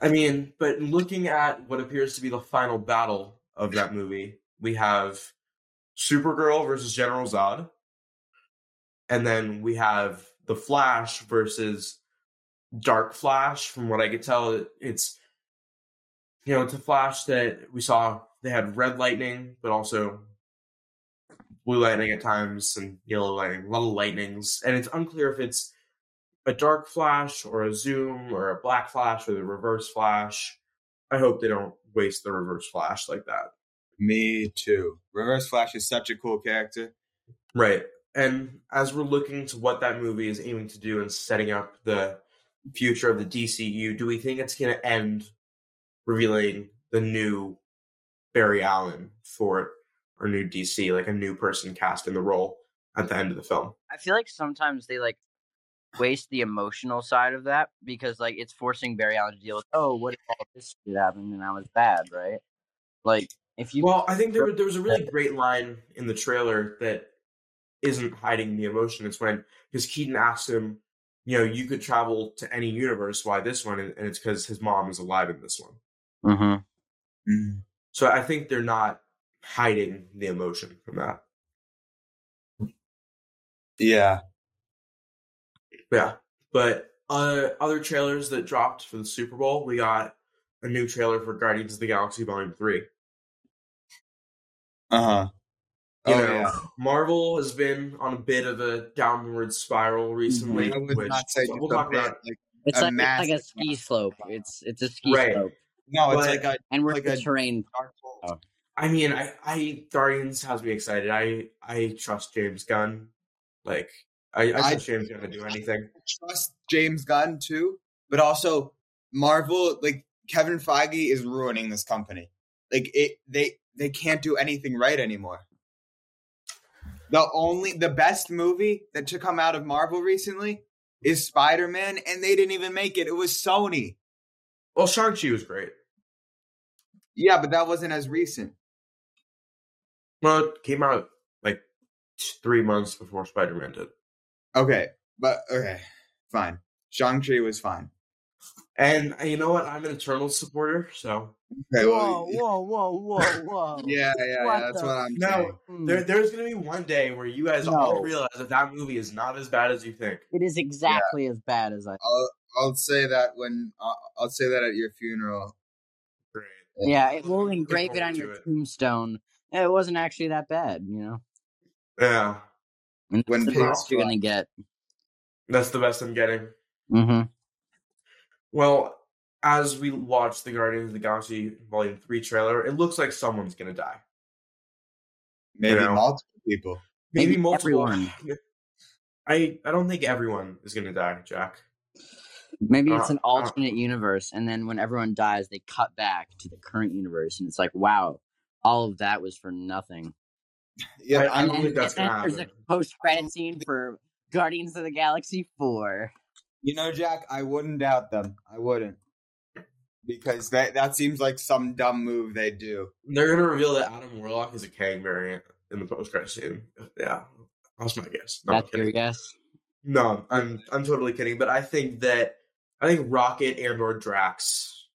Speaker 1: I mean, but looking at what appears to be the final battle of that movie, we have Supergirl versus General Zod, and then we have the Flash versus Dark Flash. From what I could tell, it's you know it's a Flash that we saw. They had red lightning, but also blue lightning at times and yellow lightning, a lot of lightnings, and it's unclear if it's a dark flash or a zoom or a black flash or the reverse flash. I hope they don't waste the reverse flash like that.
Speaker 2: me too reverse flash is such a cool character
Speaker 1: Right. And as we're looking to what that movie is aiming to do and setting up the future of the DCU, do we think it's going to end revealing the new Barry Allen for it or new DC, like a new person cast in the role at the end of the film?
Speaker 3: I feel like sometimes they like waste the emotional side of that because like it's forcing Barry Allen to deal with oh what if all this shit happened and I was bad right like if you
Speaker 1: Well, I think there, there was a really great line in the trailer that isn't hiding the emotion. It's when because Keaton asks him, you know, you could travel to any universe. Why this one? And, and it's because his mom is alive in this one.
Speaker 3: mm-hmm.
Speaker 2: Mm.
Speaker 1: So I think they're not hiding the emotion from that.
Speaker 2: yeah
Speaker 1: Yeah. But uh, other trailers that dropped for the Super Bowl, we got a new trailer for Guardians of the Galaxy Volume 3.
Speaker 2: uh-huh
Speaker 1: You
Speaker 2: oh
Speaker 1: know,
Speaker 2: yeah
Speaker 1: Marvel has been on a bit of a downward spiral recently,
Speaker 2: Mm-hmm. I would
Speaker 1: which
Speaker 2: not say
Speaker 1: we'll
Speaker 2: just a
Speaker 1: talk
Speaker 2: bit,
Speaker 1: about
Speaker 2: like-
Speaker 3: it's
Speaker 2: A
Speaker 3: like it's like a
Speaker 2: massive-
Speaker 3: ski slope it's it's a ski
Speaker 1: Right.
Speaker 3: slope
Speaker 2: no it's
Speaker 1: But-
Speaker 2: like a
Speaker 3: and we're
Speaker 2: Like
Speaker 3: in the
Speaker 2: a-
Speaker 3: terrain
Speaker 2: dark hole.
Speaker 3: Oh.
Speaker 1: I mean, I, I Guardians has me excited. I I trust James Gunn. Like I, I
Speaker 2: I-
Speaker 1: trust James Gunn to do anything.
Speaker 2: trust James Gunn too, but also Marvel. Like Kevin Feige is ruining this company. Like it, they they can't do anything right anymore. The only the best movie that to come out of Marvel recently is Spider Man, and they didn't even make it. It was Sony.
Speaker 1: Well, Shang Chi was great.
Speaker 2: Yeah, but that wasn't as recent.
Speaker 1: Well, it came out like t- three months before Spider Man did,
Speaker 2: Okay, but okay, fine. Shang Chi was fine.
Speaker 1: and uh, you know what? I'm an Eternal supporter, so
Speaker 2: Okay,
Speaker 3: whoa
Speaker 2: well,
Speaker 3: whoa whoa whoa whoa
Speaker 2: yeah, yeah,
Speaker 3: What
Speaker 2: yeah. That's
Speaker 3: the-
Speaker 2: what I'm
Speaker 1: No.
Speaker 2: saying.
Speaker 3: Mm.
Speaker 1: there, there's gonna be one day where you guys
Speaker 3: No.
Speaker 1: all realize that that movie is not as bad as you think.
Speaker 3: it is exactly as bad as I
Speaker 2: I'll I'll say that when I'll, I'll say that at your funeral.
Speaker 1: Great.
Speaker 3: yeah it will engrave
Speaker 1: hold
Speaker 3: it on
Speaker 1: to
Speaker 3: your
Speaker 1: it.
Speaker 3: tombstone it wasn't actually that bad you know
Speaker 1: Yeah,
Speaker 3: and
Speaker 2: When
Speaker 3: that's the
Speaker 2: pigs
Speaker 3: best you're
Speaker 2: fly.
Speaker 3: gonna get
Speaker 1: that's the best I'm getting.
Speaker 3: mm-hmm.
Speaker 1: Well, as we watch the Guardians of the Galaxy Volume Three trailer, it looks like someone's gonna die.
Speaker 2: Maybe
Speaker 1: You know?
Speaker 2: multiple people.
Speaker 1: maybe,
Speaker 3: Maybe
Speaker 1: multiple.
Speaker 3: everyone.
Speaker 1: I I don't think everyone is gonna die, Jack.
Speaker 3: Maybe
Speaker 1: Uh,
Speaker 3: it's an
Speaker 1: uh.
Speaker 3: alternate universe, and then when everyone dies, they cut back to the current universe, and it's like, wow, all of that was for nothing.
Speaker 2: Yeah,
Speaker 1: I-
Speaker 2: I'm,
Speaker 1: don't think that's
Speaker 3: and
Speaker 1: gonna
Speaker 3: there's a
Speaker 1: happen.
Speaker 3: post credit scene for Guardians of the Galaxy Four.
Speaker 2: you know, Jack, I wouldn't doubt them. I wouldn't. Because that that seems like some dumb move they do.
Speaker 1: They're gonna reveal that Adam Warlock is a Kang variant in the post credit scene. Yeah, that's my guess. No, I'm
Speaker 3: That's your
Speaker 1: kidding.
Speaker 3: guess.
Speaker 1: No, I'm I'm totally kidding. But I think that I think Rocket and or Drax.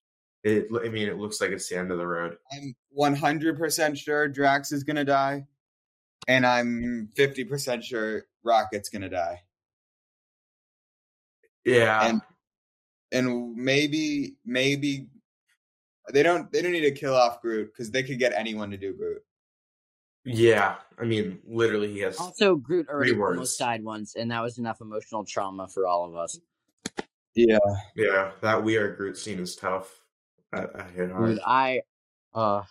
Speaker 1: It, I mean, it looks like it's the end of the road.
Speaker 2: I'm 100% sure Drax is going to die. and I'm 50% sure Rocket's going to die.
Speaker 1: Yeah.
Speaker 2: And and maybe maybe they don't they don't need to kill off Groot cuz they could get anyone to do Groot.
Speaker 1: yeah. I mean, literally, he has.
Speaker 3: Also, Groot already
Speaker 1: Three words.
Speaker 3: almost died once, and that was enough emotional trauma for all of us.
Speaker 2: Yeah.
Speaker 1: Yeah, that We Are Groot scene is tough. I, I hit hard.
Speaker 3: Dude, I, uh,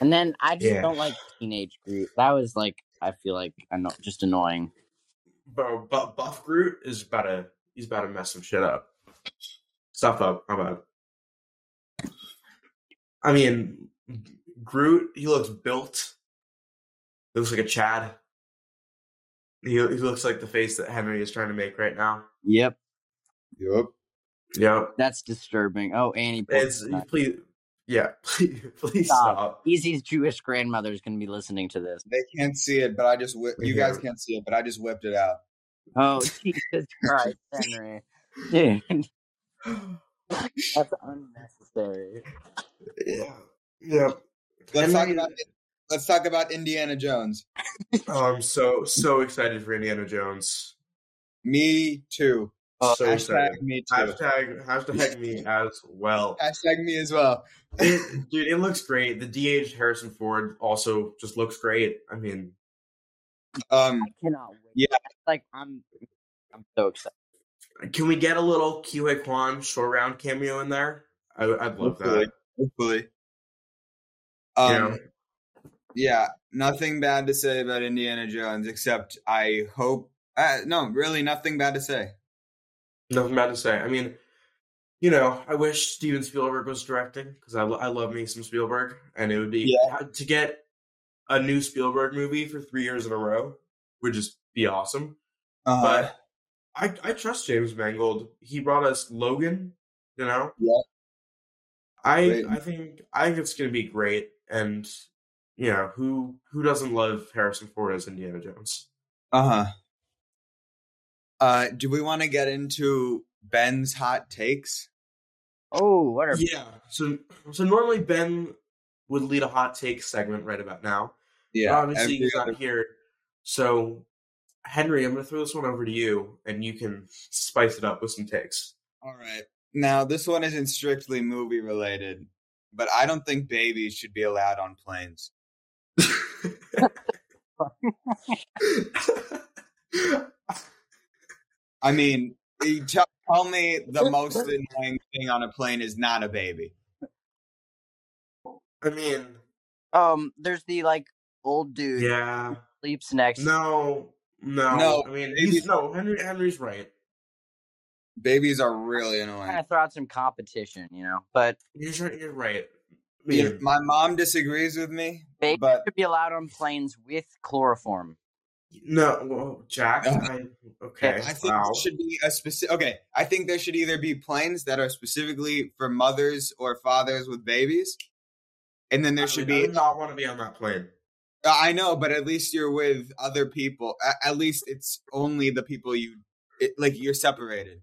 Speaker 3: and then I just
Speaker 1: Yeah.
Speaker 3: don't like teenage Groot. That was like I feel like I'm not just annoying.
Speaker 1: But, but Buff Groot is about to he's about to mess some shit up. Stuff up. How about? I mean, Groot. He looks built. Looks like a Chad. He he looks like the face that Henry is trying to make right now.
Speaker 3: Yep,
Speaker 2: Yep.
Speaker 1: Yep.
Speaker 3: that's disturbing. Oh, Annie, pulled
Speaker 1: It's
Speaker 3: it back.
Speaker 1: please. Yeah. Please, please
Speaker 3: Stop.
Speaker 1: stop.
Speaker 3: Easy's Jewish grandmother is going to be listening to this.
Speaker 2: They can't see it, but I just whi-
Speaker 1: We
Speaker 2: you
Speaker 1: hear
Speaker 2: guys
Speaker 1: it.
Speaker 2: can't see it, but I just whipped it out.
Speaker 3: Oh, Jesus Christ, Henry, dude, that's unnecessary.
Speaker 1: Yeah. Yep.
Speaker 2: Let's talk
Speaker 1: Henry-
Speaker 2: about let's talk about Indiana Jones.
Speaker 1: Oh, I'm so so excited for Indiana Jones.
Speaker 2: Me too.
Speaker 1: So
Speaker 2: Uh, Hashtag
Speaker 1: excited.
Speaker 2: me too.
Speaker 1: Hashtag hashtag me as well.
Speaker 2: Hashtag me as well.
Speaker 1: It- dude, it looks great. The DH Harrison Ford also just looks great. I mean,
Speaker 2: Um,
Speaker 3: I cannot wait.
Speaker 2: Yeah.
Speaker 3: like I'm, I'm so excited.
Speaker 1: can we get a little Kiwi Kwan short round cameo in there? I, I'd love
Speaker 2: Hopefully.
Speaker 1: that.
Speaker 2: hopefully.
Speaker 1: You
Speaker 2: Um,
Speaker 1: know?
Speaker 2: yeah, nothing bad to say about Indiana Jones except I hope. Uh, no, really, nothing bad to say.
Speaker 1: Nothing bad to say. I mean, you know, I wish Steven Spielberg was directing because I, lo- I love me some Spielberg, and it would be to get a new Spielberg movie for three years in a row would just be awesome.
Speaker 2: Uh,
Speaker 1: but I I trust James Mangold. He brought us Logan, you know.
Speaker 2: Yeah.
Speaker 1: I
Speaker 2: Great.
Speaker 1: I think I think it's gonna be great, and you know who who doesn't love Harrison Ford as Indiana Jones?
Speaker 2: uh huh. Uh, do we want to get into Ben's hot takes?
Speaker 3: Oh, what are
Speaker 1: Yeah. So so normally Ben would lead a hot take segment right about now. but obviously
Speaker 2: every
Speaker 1: he's not
Speaker 2: other-
Speaker 1: here. So Henry, I'm gonna throw this one over to you, and you can spice it up with some takes.
Speaker 2: all right. Now this one isn't strictly movie related, but I don't think babies should be allowed on planes. I mean, you tell, tell me the most annoying thing on a plane is not a baby.
Speaker 1: I mean,
Speaker 3: um? There's the like old dude
Speaker 1: yeah.
Speaker 3: sleeps next.
Speaker 1: No, no,
Speaker 2: No,
Speaker 1: I mean,
Speaker 2: maybe-
Speaker 1: he's, no, Henry, Henry's right.
Speaker 2: Babies are really
Speaker 3: kind
Speaker 2: annoying.
Speaker 3: of throw out some competition, you know. But
Speaker 1: He's right. You're right. I mean,
Speaker 2: If my mom disagrees with me,
Speaker 3: babies
Speaker 2: but
Speaker 3: should be allowed on planes with chloroform.
Speaker 1: no, well, Jack.
Speaker 2: No.
Speaker 1: I, okay.
Speaker 2: I think
Speaker 1: wow.
Speaker 2: there should be a specific. Okay, I think there should either be planes that are specifically for mothers or fathers with babies, and then there should
Speaker 1: I would- I
Speaker 2: be.
Speaker 1: would not want to be on that plane.
Speaker 2: Uh, I know, but at least you're with other people. A- At least it's only the people you it, like. You're separated,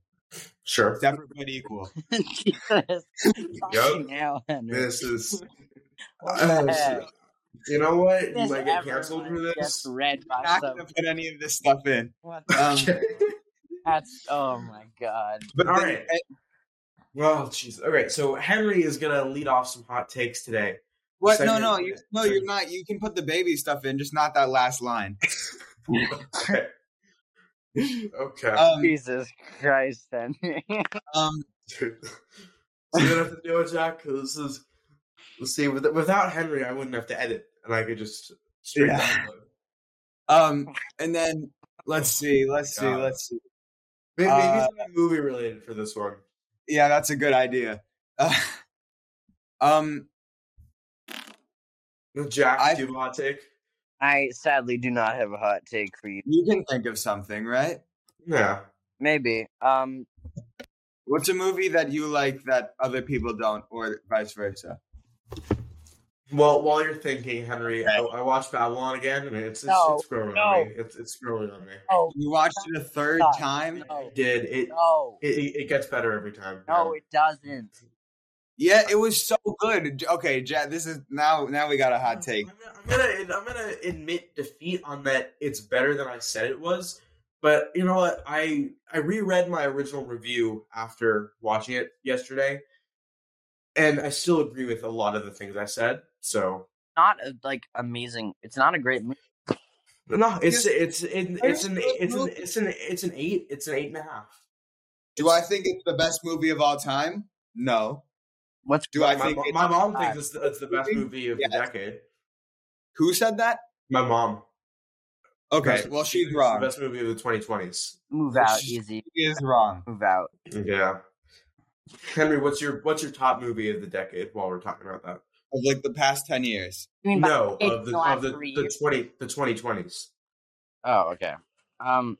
Speaker 1: Sure.
Speaker 2: separate but equal.
Speaker 3: Jesus,
Speaker 1: Yup.
Speaker 3: fucking hell, Henry.
Speaker 1: This is.
Speaker 3: What the
Speaker 1: Uh,
Speaker 3: heck?
Speaker 1: You know what? You
Speaker 3: This
Speaker 1: might get
Speaker 3: ever,
Speaker 1: canceled
Speaker 3: like,
Speaker 1: for this.
Speaker 3: Gets read by
Speaker 2: Not gonna
Speaker 3: some.
Speaker 2: put any of this stuff in.
Speaker 3: What the
Speaker 2: Um,
Speaker 3: heck? That's oh my god.
Speaker 2: But
Speaker 1: All
Speaker 2: then-
Speaker 1: right. Well, jeez. All right. So Henry is gonna lead off some hot takes today.
Speaker 2: What? No,
Speaker 1: Second-
Speaker 2: no, you, no. You're not. You can put the baby stuff in, just not that last line.
Speaker 1: Okay. okay.
Speaker 2: Um,
Speaker 3: Jesus Christ, Henry.
Speaker 2: um,
Speaker 1: so you don't have to do it, Jack. 'cause this is. Let's see. With, without Henry, I wouldn't have to edit, and I could just straight
Speaker 2: Yeah.
Speaker 1: download.
Speaker 2: um, and then let's see, let's see,
Speaker 1: God.
Speaker 2: let's see.
Speaker 1: Maybe, maybe
Speaker 2: Uh,
Speaker 1: something movie related for this one.
Speaker 2: Yeah, that's a good idea. Uh, um,
Speaker 1: Jack,
Speaker 2: I-
Speaker 1: do you have a hot take?
Speaker 3: I sadly do not have a hot take for you.
Speaker 2: you can think of something, right?
Speaker 1: Yeah.
Speaker 3: Maybe. Um
Speaker 2: What's a movie that you like that other people don't, or vice versa?
Speaker 1: Well, while you're thinking, Henry, I,
Speaker 2: Okay.
Speaker 1: I watched Babylon again, and it's it's,
Speaker 3: No,
Speaker 1: it's growing
Speaker 3: no.
Speaker 1: on me. It's it's growing on me.
Speaker 3: oh
Speaker 2: You watched it a third
Speaker 3: Stop.
Speaker 2: time.
Speaker 3: no.
Speaker 1: Did it?
Speaker 3: No.
Speaker 1: It, it gets better every time.
Speaker 3: No, it doesn't.
Speaker 2: Yeah, it was so good. Okay, Jack. This is now. Now we got a hot take.
Speaker 1: I'm gonna I'm gonna admit defeat on that. It's better than I said it was. But you know what? I I reread my original review after watching it yesterday, and I still agree with a lot of the things I said. So
Speaker 3: Not uh, like amazing. It's not a great movie.
Speaker 1: no, it's it's it, it's an it's an it's an it's an eight. It's an eight and a half.
Speaker 2: Do I think it's the best movie of all time? No.
Speaker 3: What's
Speaker 2: Do I
Speaker 1: My,
Speaker 2: think?
Speaker 1: mo-
Speaker 2: It's,
Speaker 1: my mom thinks it's the, it's the best movie of
Speaker 2: Yeah.
Speaker 1: the decade.
Speaker 2: who said that?
Speaker 1: My mom.
Speaker 2: Okay.
Speaker 1: Best-
Speaker 2: Well, she's
Speaker 1: it's The
Speaker 2: wrong.
Speaker 1: best movie of the 2020s.
Speaker 3: move out
Speaker 2: It's just-
Speaker 3: easy?
Speaker 2: She is wrong.
Speaker 3: Move out.
Speaker 1: Yeah. Henry, what's your what's your top movie of the decade while we're talking about that?
Speaker 2: Of like the past ten years.
Speaker 3: You mean by-
Speaker 1: No,
Speaker 3: it's
Speaker 1: of the
Speaker 3: the
Speaker 1: of
Speaker 3: last
Speaker 1: the,
Speaker 3: three
Speaker 1: the
Speaker 3: years.
Speaker 1: twenty the twenty twenties.
Speaker 3: Oh, okay. Um,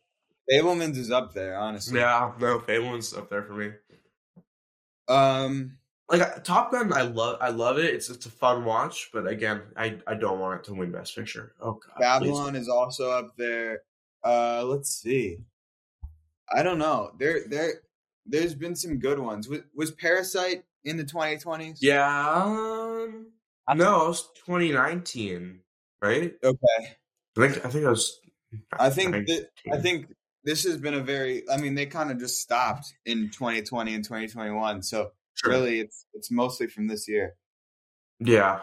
Speaker 2: Fableman's is up there, honestly.
Speaker 1: Yeah, no, Fableman's up there for me.
Speaker 2: Um.
Speaker 1: Like I- Top Gun, I love I love it. It's it's a fun watch, but again, I I don't want it to win Best Picture. Oh God, please.
Speaker 2: Babylon is also up there. Uh, let's see. I don't know. There, there, there's been some good ones. Was, was Parasite in the 2020s?
Speaker 1: Yeah, um,
Speaker 3: I-
Speaker 1: no, it was twenty nineteen, right?
Speaker 2: Okay.
Speaker 1: I think I think I was.
Speaker 2: I think that I think this has been a very. I mean, they kind of just stopped in 2020 and 2021. So
Speaker 1: Sure.
Speaker 2: really, it's it's mostly from this year
Speaker 1: Yeah.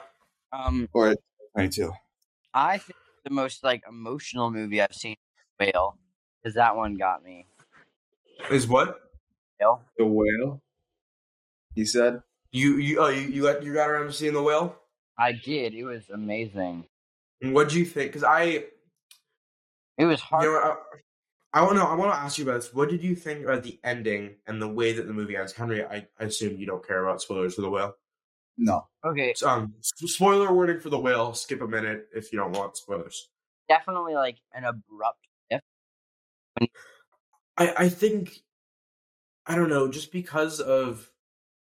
Speaker 3: um,
Speaker 2: or 22.
Speaker 3: I think the most like emotional movie I've seen is Whale, because that one got me.
Speaker 1: Is what
Speaker 3: Whale.
Speaker 2: The whale. He said.
Speaker 1: you you oh you you got you got around to seeing the whale?
Speaker 3: I did. It was amazing.
Speaker 1: What do you think? Because I
Speaker 3: It was hard.
Speaker 1: You know, I, I want to. I want to ask you about this. What did you think about the ending and the way that the movie ends, Henry? I, I assume you don't care about spoilers for the whale.
Speaker 2: No.
Speaker 3: okay,
Speaker 1: So, um, s- spoiler warning for the whale. Skip a minute if you don't want spoilers.
Speaker 3: definitely like an abrupt shift.
Speaker 1: I I think I don't know. Just because of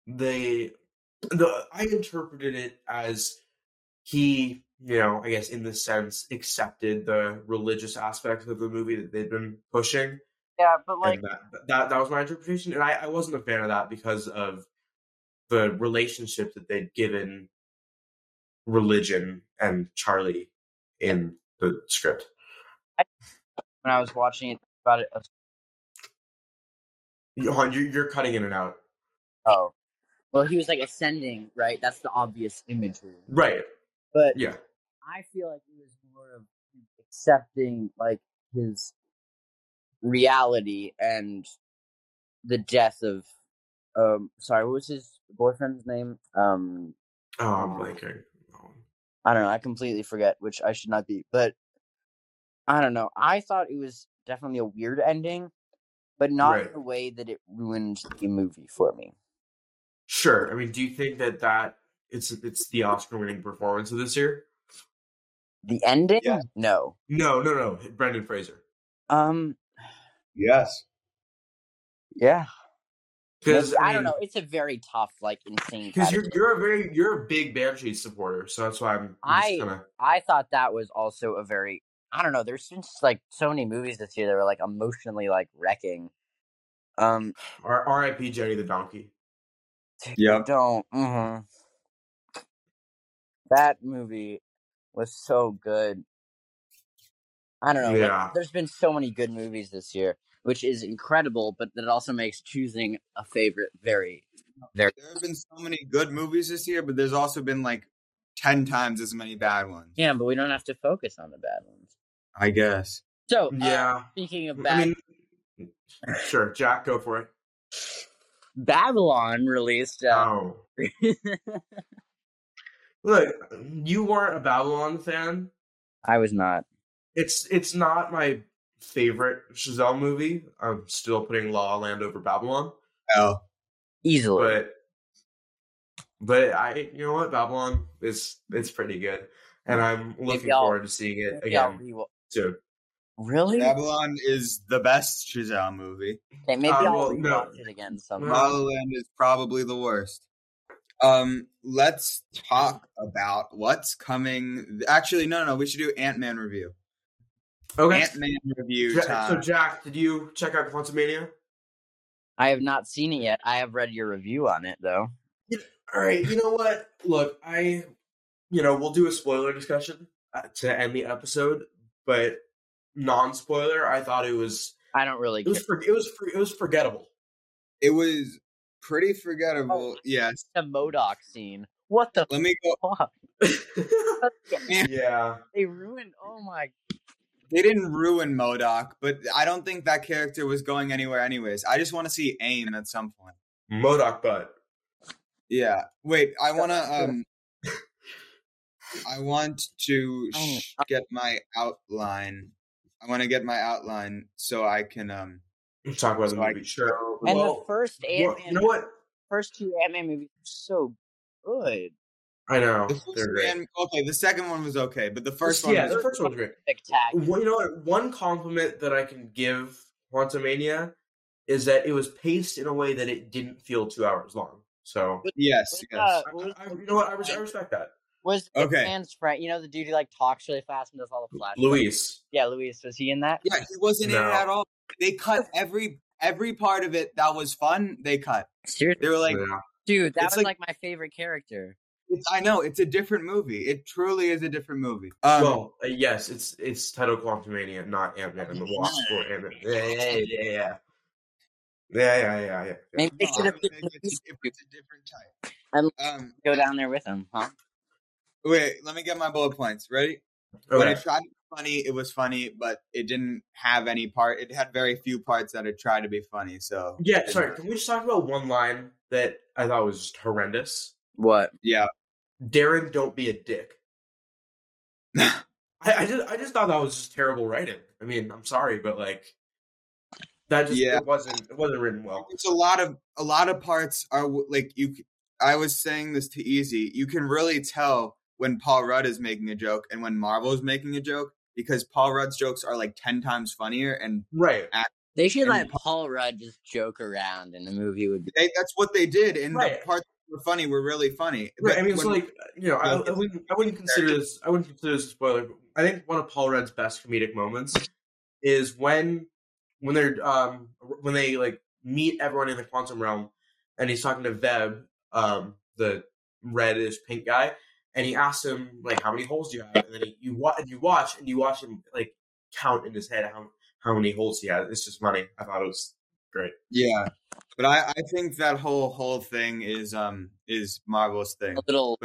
Speaker 1: the the I interpreted it as he you know I guess in the sense accepted the religious aspects of the movie that they've been pushing.
Speaker 3: Yeah, but like
Speaker 1: and that, that that was my interpretation, and I, I wasn't a fan of that because of the relationship that they'd given religion and Charlie in the script.
Speaker 3: when I was watching it about it. I was-
Speaker 1: Johan, you, you're cutting in and out,
Speaker 3: Oh, well, he was like ascending, right? That's the obvious imagery.
Speaker 1: right?
Speaker 3: But
Speaker 1: Yeah,
Speaker 3: I feel like it was more of him accepting like his reality and the death of um sorry, what was his boyfriend's name? Um
Speaker 1: oh, I'm blanking.
Speaker 3: I don't know, I completely forget, which I should not be, but I don't know. I thought it was definitely a weird ending, but not
Speaker 1: Right.
Speaker 3: in a way that it ruined the movie for me.
Speaker 1: Sure. I mean, do you think that that it's it's the Oscar-winning performance of this year?
Speaker 3: The ending?
Speaker 2: Yeah.
Speaker 3: No.
Speaker 1: No, no, no. Brendan Fraser.
Speaker 3: Um
Speaker 2: Yes.
Speaker 3: yeah.
Speaker 1: Because
Speaker 3: I, don't know. It's a very tough, like insane
Speaker 1: Because you're
Speaker 3: category.
Speaker 1: you're a very you're a big Banshee supporter, so that's why I'm.
Speaker 3: I-
Speaker 1: kind of
Speaker 3: I thought that was also a very I don't know. There's been s- like so many movies this year that were like emotionally like wrecking. Um,
Speaker 1: R- R.I.P. Jenny the Donkey.
Speaker 2: Yep.
Speaker 3: don't. mhm. That movie was so good. I don't know. like,
Speaker 1: Yeah.
Speaker 3: there's been so many good movies this year, which is incredible, but that it also makes choosing a favorite very, very.
Speaker 2: There have been so many good movies this year, but there's also been like ten times as many bad ones.
Speaker 3: Yeah, but we don't have to focus on the bad ones.
Speaker 2: I guess.
Speaker 3: So, uh,
Speaker 1: Yeah.
Speaker 3: Speaking of bad,
Speaker 1: I mean, sure, Jack, go for it.
Speaker 3: Babylon released. Uh,
Speaker 1: Oh, look, um, you weren't a Babylon fan.
Speaker 3: I was not.
Speaker 1: It's it's not my favorite Chazelle movie. I'm still putting La La Land over Babylon,
Speaker 2: Oh,
Speaker 3: Easily.
Speaker 1: but but I you know what Babylon is it's pretty good, and I'm looking
Speaker 3: I'll-
Speaker 1: forward to seeing it
Speaker 3: Maybe I'll
Speaker 1: again
Speaker 3: rewa-
Speaker 1: soon.
Speaker 3: Really?
Speaker 2: Babylon is the best Chazelle movie.
Speaker 3: Okay, maybe
Speaker 1: Uh,
Speaker 3: I'll
Speaker 1: well,
Speaker 3: rewatch
Speaker 1: no.
Speaker 3: it again sometime.
Speaker 2: La La Land is probably the worst. Um, let's talk about what's coming. Actually, no, no, we should do Ant Man review.
Speaker 1: Okay.
Speaker 2: Ant Man review
Speaker 1: Ja- so
Speaker 2: time.
Speaker 1: Jack, did you check out Quantumania?
Speaker 3: I have not seen it yet. I have read your review on it though.
Speaker 1: All right, you know what? Look, I, you know, we'll do a spoiler discussion uh, to end the episode, but non-spoiler, I thought it was
Speaker 3: I don't really.
Speaker 1: it was
Speaker 3: care.
Speaker 1: for, it was for, it was forgettable.
Speaker 2: It was pretty forgettable.
Speaker 3: Oh.
Speaker 2: Yes.
Speaker 3: The Modoc scene. What the
Speaker 2: Let me go.
Speaker 3: fuck?
Speaker 1: yeah,
Speaker 3: They ruined. Oh my.
Speaker 2: They didn't ruin Modoc, but I don't think that character was going anywhere, anyways. I just want to see AIM at some point.
Speaker 1: Modoc butt.
Speaker 2: Yeah. Wait, I want to. um I want to
Speaker 1: Oh,
Speaker 2: sh-
Speaker 1: uh
Speaker 2: get my outline. I want to get my outline so I can. um
Speaker 1: Talk about the
Speaker 2: So I-
Speaker 1: movie. Sure.
Speaker 3: And
Speaker 1: Well,
Speaker 3: the first
Speaker 1: well,
Speaker 3: Ant Man,
Speaker 1: you know what?
Speaker 3: first two Ant Man movies are so good.
Speaker 1: I know
Speaker 2: The first
Speaker 1: they're great.
Speaker 2: one, okay, the second one was okay, but the first one,
Speaker 1: yeah,
Speaker 2: was-
Speaker 1: the first one's great.
Speaker 3: Spectacular.
Speaker 1: Well, you know what? One compliment that I can give Quantumania is that it was paced in a way that it didn't feel two hours long. So,
Speaker 2: yes, yes.
Speaker 3: uh,
Speaker 1: I,
Speaker 3: was,
Speaker 1: I- you know what? I, res- I respect that.
Speaker 3: was the
Speaker 1: Eh.
Speaker 2: Okay.
Speaker 3: man's friend? You know the dude who like talks really fast and does all the flash.
Speaker 1: Luis,
Speaker 3: Yeah, Luis. Was he in that?
Speaker 2: Yeah, he wasn't in
Speaker 1: No.
Speaker 2: it at all. They cut every every part of it that was fun. They cut.
Speaker 3: Seriously,
Speaker 2: They were like,
Speaker 1: yeah.
Speaker 3: dude, that
Speaker 2: it's
Speaker 3: was like,
Speaker 2: like-
Speaker 3: my favorite character.
Speaker 2: it's, I know it's a different movie. It truly is a different movie. Um,
Speaker 1: well, uh, yes, it's it's titled Quantumania, not Ant Man and the Wasp or Ant Man. Yeah, yeah, yeah, yeah, yeah, yeah, yeah, yeah. yeah.
Speaker 3: Maybe they
Speaker 2: no,
Speaker 3: should
Speaker 2: I
Speaker 3: have
Speaker 2: would think it's, a- it's a different type.
Speaker 3: And-
Speaker 2: Um,
Speaker 3: go down there with him, huh?
Speaker 2: wait, let me get my bullet points. Ready? When
Speaker 1: Okay.
Speaker 2: it tried to be funny, it was funny, but it didn't have any part. It had very few parts that it tried to be funny. So
Speaker 1: Yeah, sorry. Can we just talk about one line that I thought was just horrendous?
Speaker 3: What?
Speaker 2: yeah,
Speaker 1: Darren, don't be a dick. I, I just I just thought that was just terrible writing. I mean, I'm sorry, but like that just
Speaker 2: Yeah.
Speaker 1: it wasn't it wasn't written well.
Speaker 2: it's a lot of a lot of parts are w- like you c- i was saying this to easy you can really tell when paul rudd is making a joke and when marvel is making a joke because paul rudd's jokes are like 10 times funnier and
Speaker 1: Right.
Speaker 3: They should
Speaker 2: And-
Speaker 3: let Paul Rudd just joke around, and the movie would be.
Speaker 2: they, that's what they did and
Speaker 1: Right.
Speaker 2: the parts that were funny were really funny
Speaker 1: Right.
Speaker 2: But
Speaker 1: I mean, it's
Speaker 2: when-
Speaker 1: like you know, I, I wouldn't I wouldn't consider this I wouldn't consider this a spoiler. But I think one of Paul Rudd's best comedic moments is when when they're um when they like meet everyone in the quantum realm, and he's talking to Veb, um the reddish pink guy, and he asks him like how many holes do you have, and then he, you watch and you watch and you watch him like count in his head how how many holes he has. It's just funny. I thought it was great.
Speaker 2: yeah but i i think that whole whole thing is um is marvel's thing
Speaker 3: A little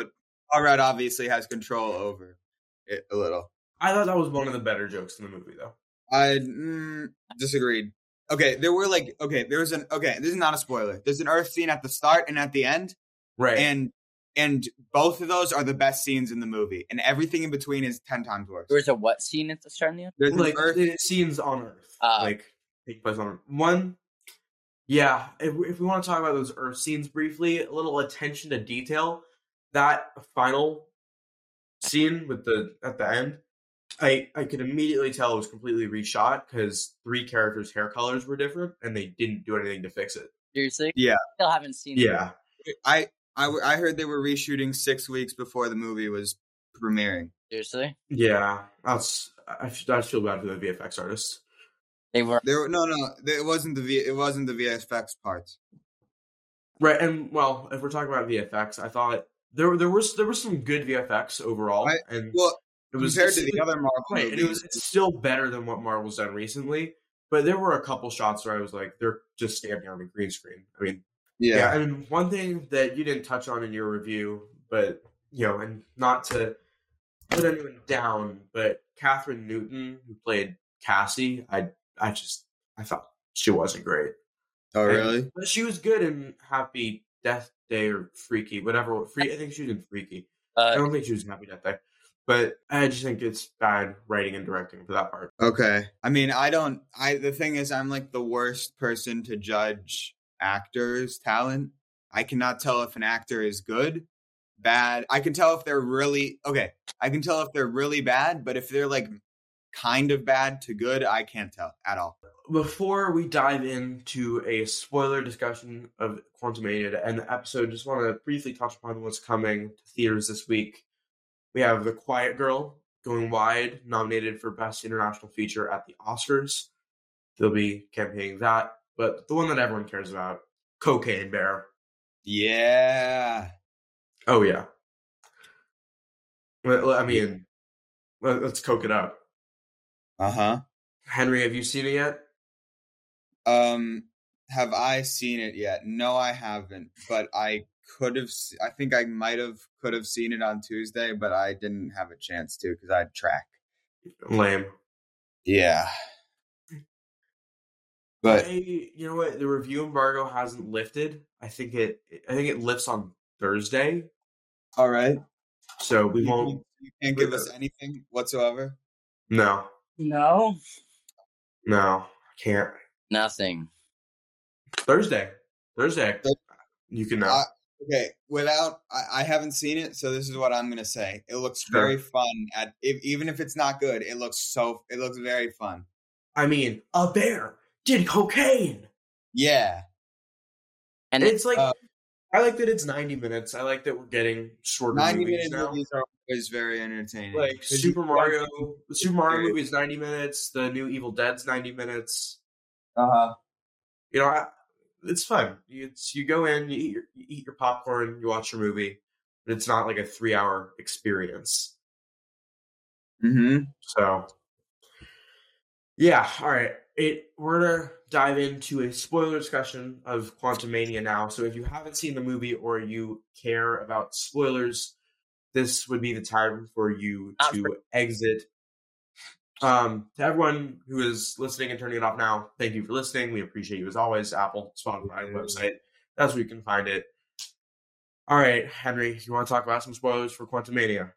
Speaker 2: paul rudd obviously has control over it a little
Speaker 1: I thought that was one of the better jokes in the movie though.
Speaker 2: I mm, disagreed. Okay, there were like okay, there was an okay. This is not a spoiler. There's an Earth scene at the start and at the end,
Speaker 1: Right.
Speaker 2: and and both of those are the best scenes in the movie, and everything in between is ten times worse.
Speaker 3: there was a what scene at the start and the end?
Speaker 2: There's
Speaker 1: like
Speaker 2: an Earth.
Speaker 1: the scenes on Earth,
Speaker 3: Uh,
Speaker 1: like take place on Earth. One, yeah. If, we- if we want to talk about those Earth scenes briefly, a little attention to detail. That final scene with the at the end, I I could immediately tell it was completely reshot because three characters' hair colors were different and they didn't do anything to fix it.
Speaker 3: Seriously?
Speaker 2: Yeah.
Speaker 3: Still haven't seen it.
Speaker 1: Yeah,
Speaker 2: I, I w- I heard they were reshooting six weeks before the movie was premiering.
Speaker 3: Seriously?
Speaker 1: yeah. That's I, I feel bad for the VFX artists.
Speaker 3: They were.
Speaker 2: There were- no no there, it wasn't the v, it wasn't the VFX parts.
Speaker 1: Right, and well, if we're talking about VFX, I thought there there was there was some good VFX overall,
Speaker 2: I-
Speaker 1: and
Speaker 2: Well,
Speaker 1: it was
Speaker 2: compared to
Speaker 1: it's-
Speaker 2: the other Marvel
Speaker 1: Right, and
Speaker 2: movies,
Speaker 1: it was it's still better than what Marvel's done recently. But there were a couple shots where I was like, they're just standing on a green screen. I mean, yeah. I mean, one thing that you didn't touch on in your review, but you know, and not to put anyone down, but Catherine Newton, who played Cassie, I I just I thought she wasn't great.
Speaker 2: Oh
Speaker 1: And-
Speaker 2: really?
Speaker 1: But she was good in Happy Death Day or Freaky, whatever. Free, I think she was in Freaky. I
Speaker 3: Uh,
Speaker 1: don't think she was in Happy Death Day, but I just think it's bad writing and directing for that part.
Speaker 2: Okay. I mean, I don't I the thing is I'm like the worst person to judge actors' talent. I cannot tell if an actor is good, bad. I can tell if they're really okay. I can tell if they're really bad, but if they're like kind of bad to good, I can't tell at all.
Speaker 1: before we dive into a spoiler discussion of Quantumania to end the episode, just want to briefly touch upon what's coming to theaters this week. We have The Quiet Girl going wide, nominated for Best International Feature at the Oscars. They'll be campaigning that, but the one that everyone cares about, Cocaine Bear.
Speaker 2: Yeah.
Speaker 1: Oh yeah. Well, I mean, let- let's coke it up.
Speaker 2: Uh huh.
Speaker 1: Henry, have you seen it yet?
Speaker 2: Um, have I seen it yet? No, I haven't. But I could have. s- I think I might have could have seen it on Tuesday, but I didn't have a chance to because I had track. Mm.
Speaker 1: Lame.
Speaker 2: Yeah. But
Speaker 1: I- you know what? The review embargo hasn't lifted. I think it. I think it lifts on Thursday,
Speaker 2: all right,
Speaker 1: so we
Speaker 2: You
Speaker 1: won't.
Speaker 2: you can't give us anything whatsoever.
Speaker 1: No,
Speaker 3: No.
Speaker 1: no, can't.
Speaker 3: Nothing.
Speaker 1: Thursday, Thursday. You can know.
Speaker 2: Uh, Okay, without I, I haven't seen it, so this is what I'm gonna say. It looks
Speaker 1: Sure.
Speaker 2: very fun. At if, even if it's not good, it looks so. It looks very fun.
Speaker 1: I mean, a bear did cocaine.
Speaker 2: Yeah,
Speaker 3: And
Speaker 1: It's like
Speaker 2: Uh,
Speaker 1: I like that it's ninety minutes. I like that we're getting shorter
Speaker 2: ninety
Speaker 1: movies
Speaker 2: minute
Speaker 1: now.
Speaker 2: movies are always very entertaining.
Speaker 1: Like
Speaker 2: 'Cause you-
Speaker 1: Super Mario, the Super Mario
Speaker 2: Dude.
Speaker 1: movie is ninety minutes. The new Evil Dead's ninety minutes.
Speaker 2: Uh-huh.
Speaker 1: You know, I, it's fun. You, it's, you go in, you eat, your, you eat your popcorn, you watch your movie, but it's not like a three-hour experience.
Speaker 2: hmm
Speaker 1: So, yeah, all right. It we're gonna dive into a spoiler discussion of Quantum Mania now. So, if you haven't seen the movie or you care about spoilers, this would be the time for you
Speaker 3: Not
Speaker 1: to exit. Um, to everyone who is listening and turning it off now, thank you for listening. We appreciate you as always. Apple, Spotify, website. That's where you can find it. All right, Henry, you want to talk about some spoilers for Quantum Mania?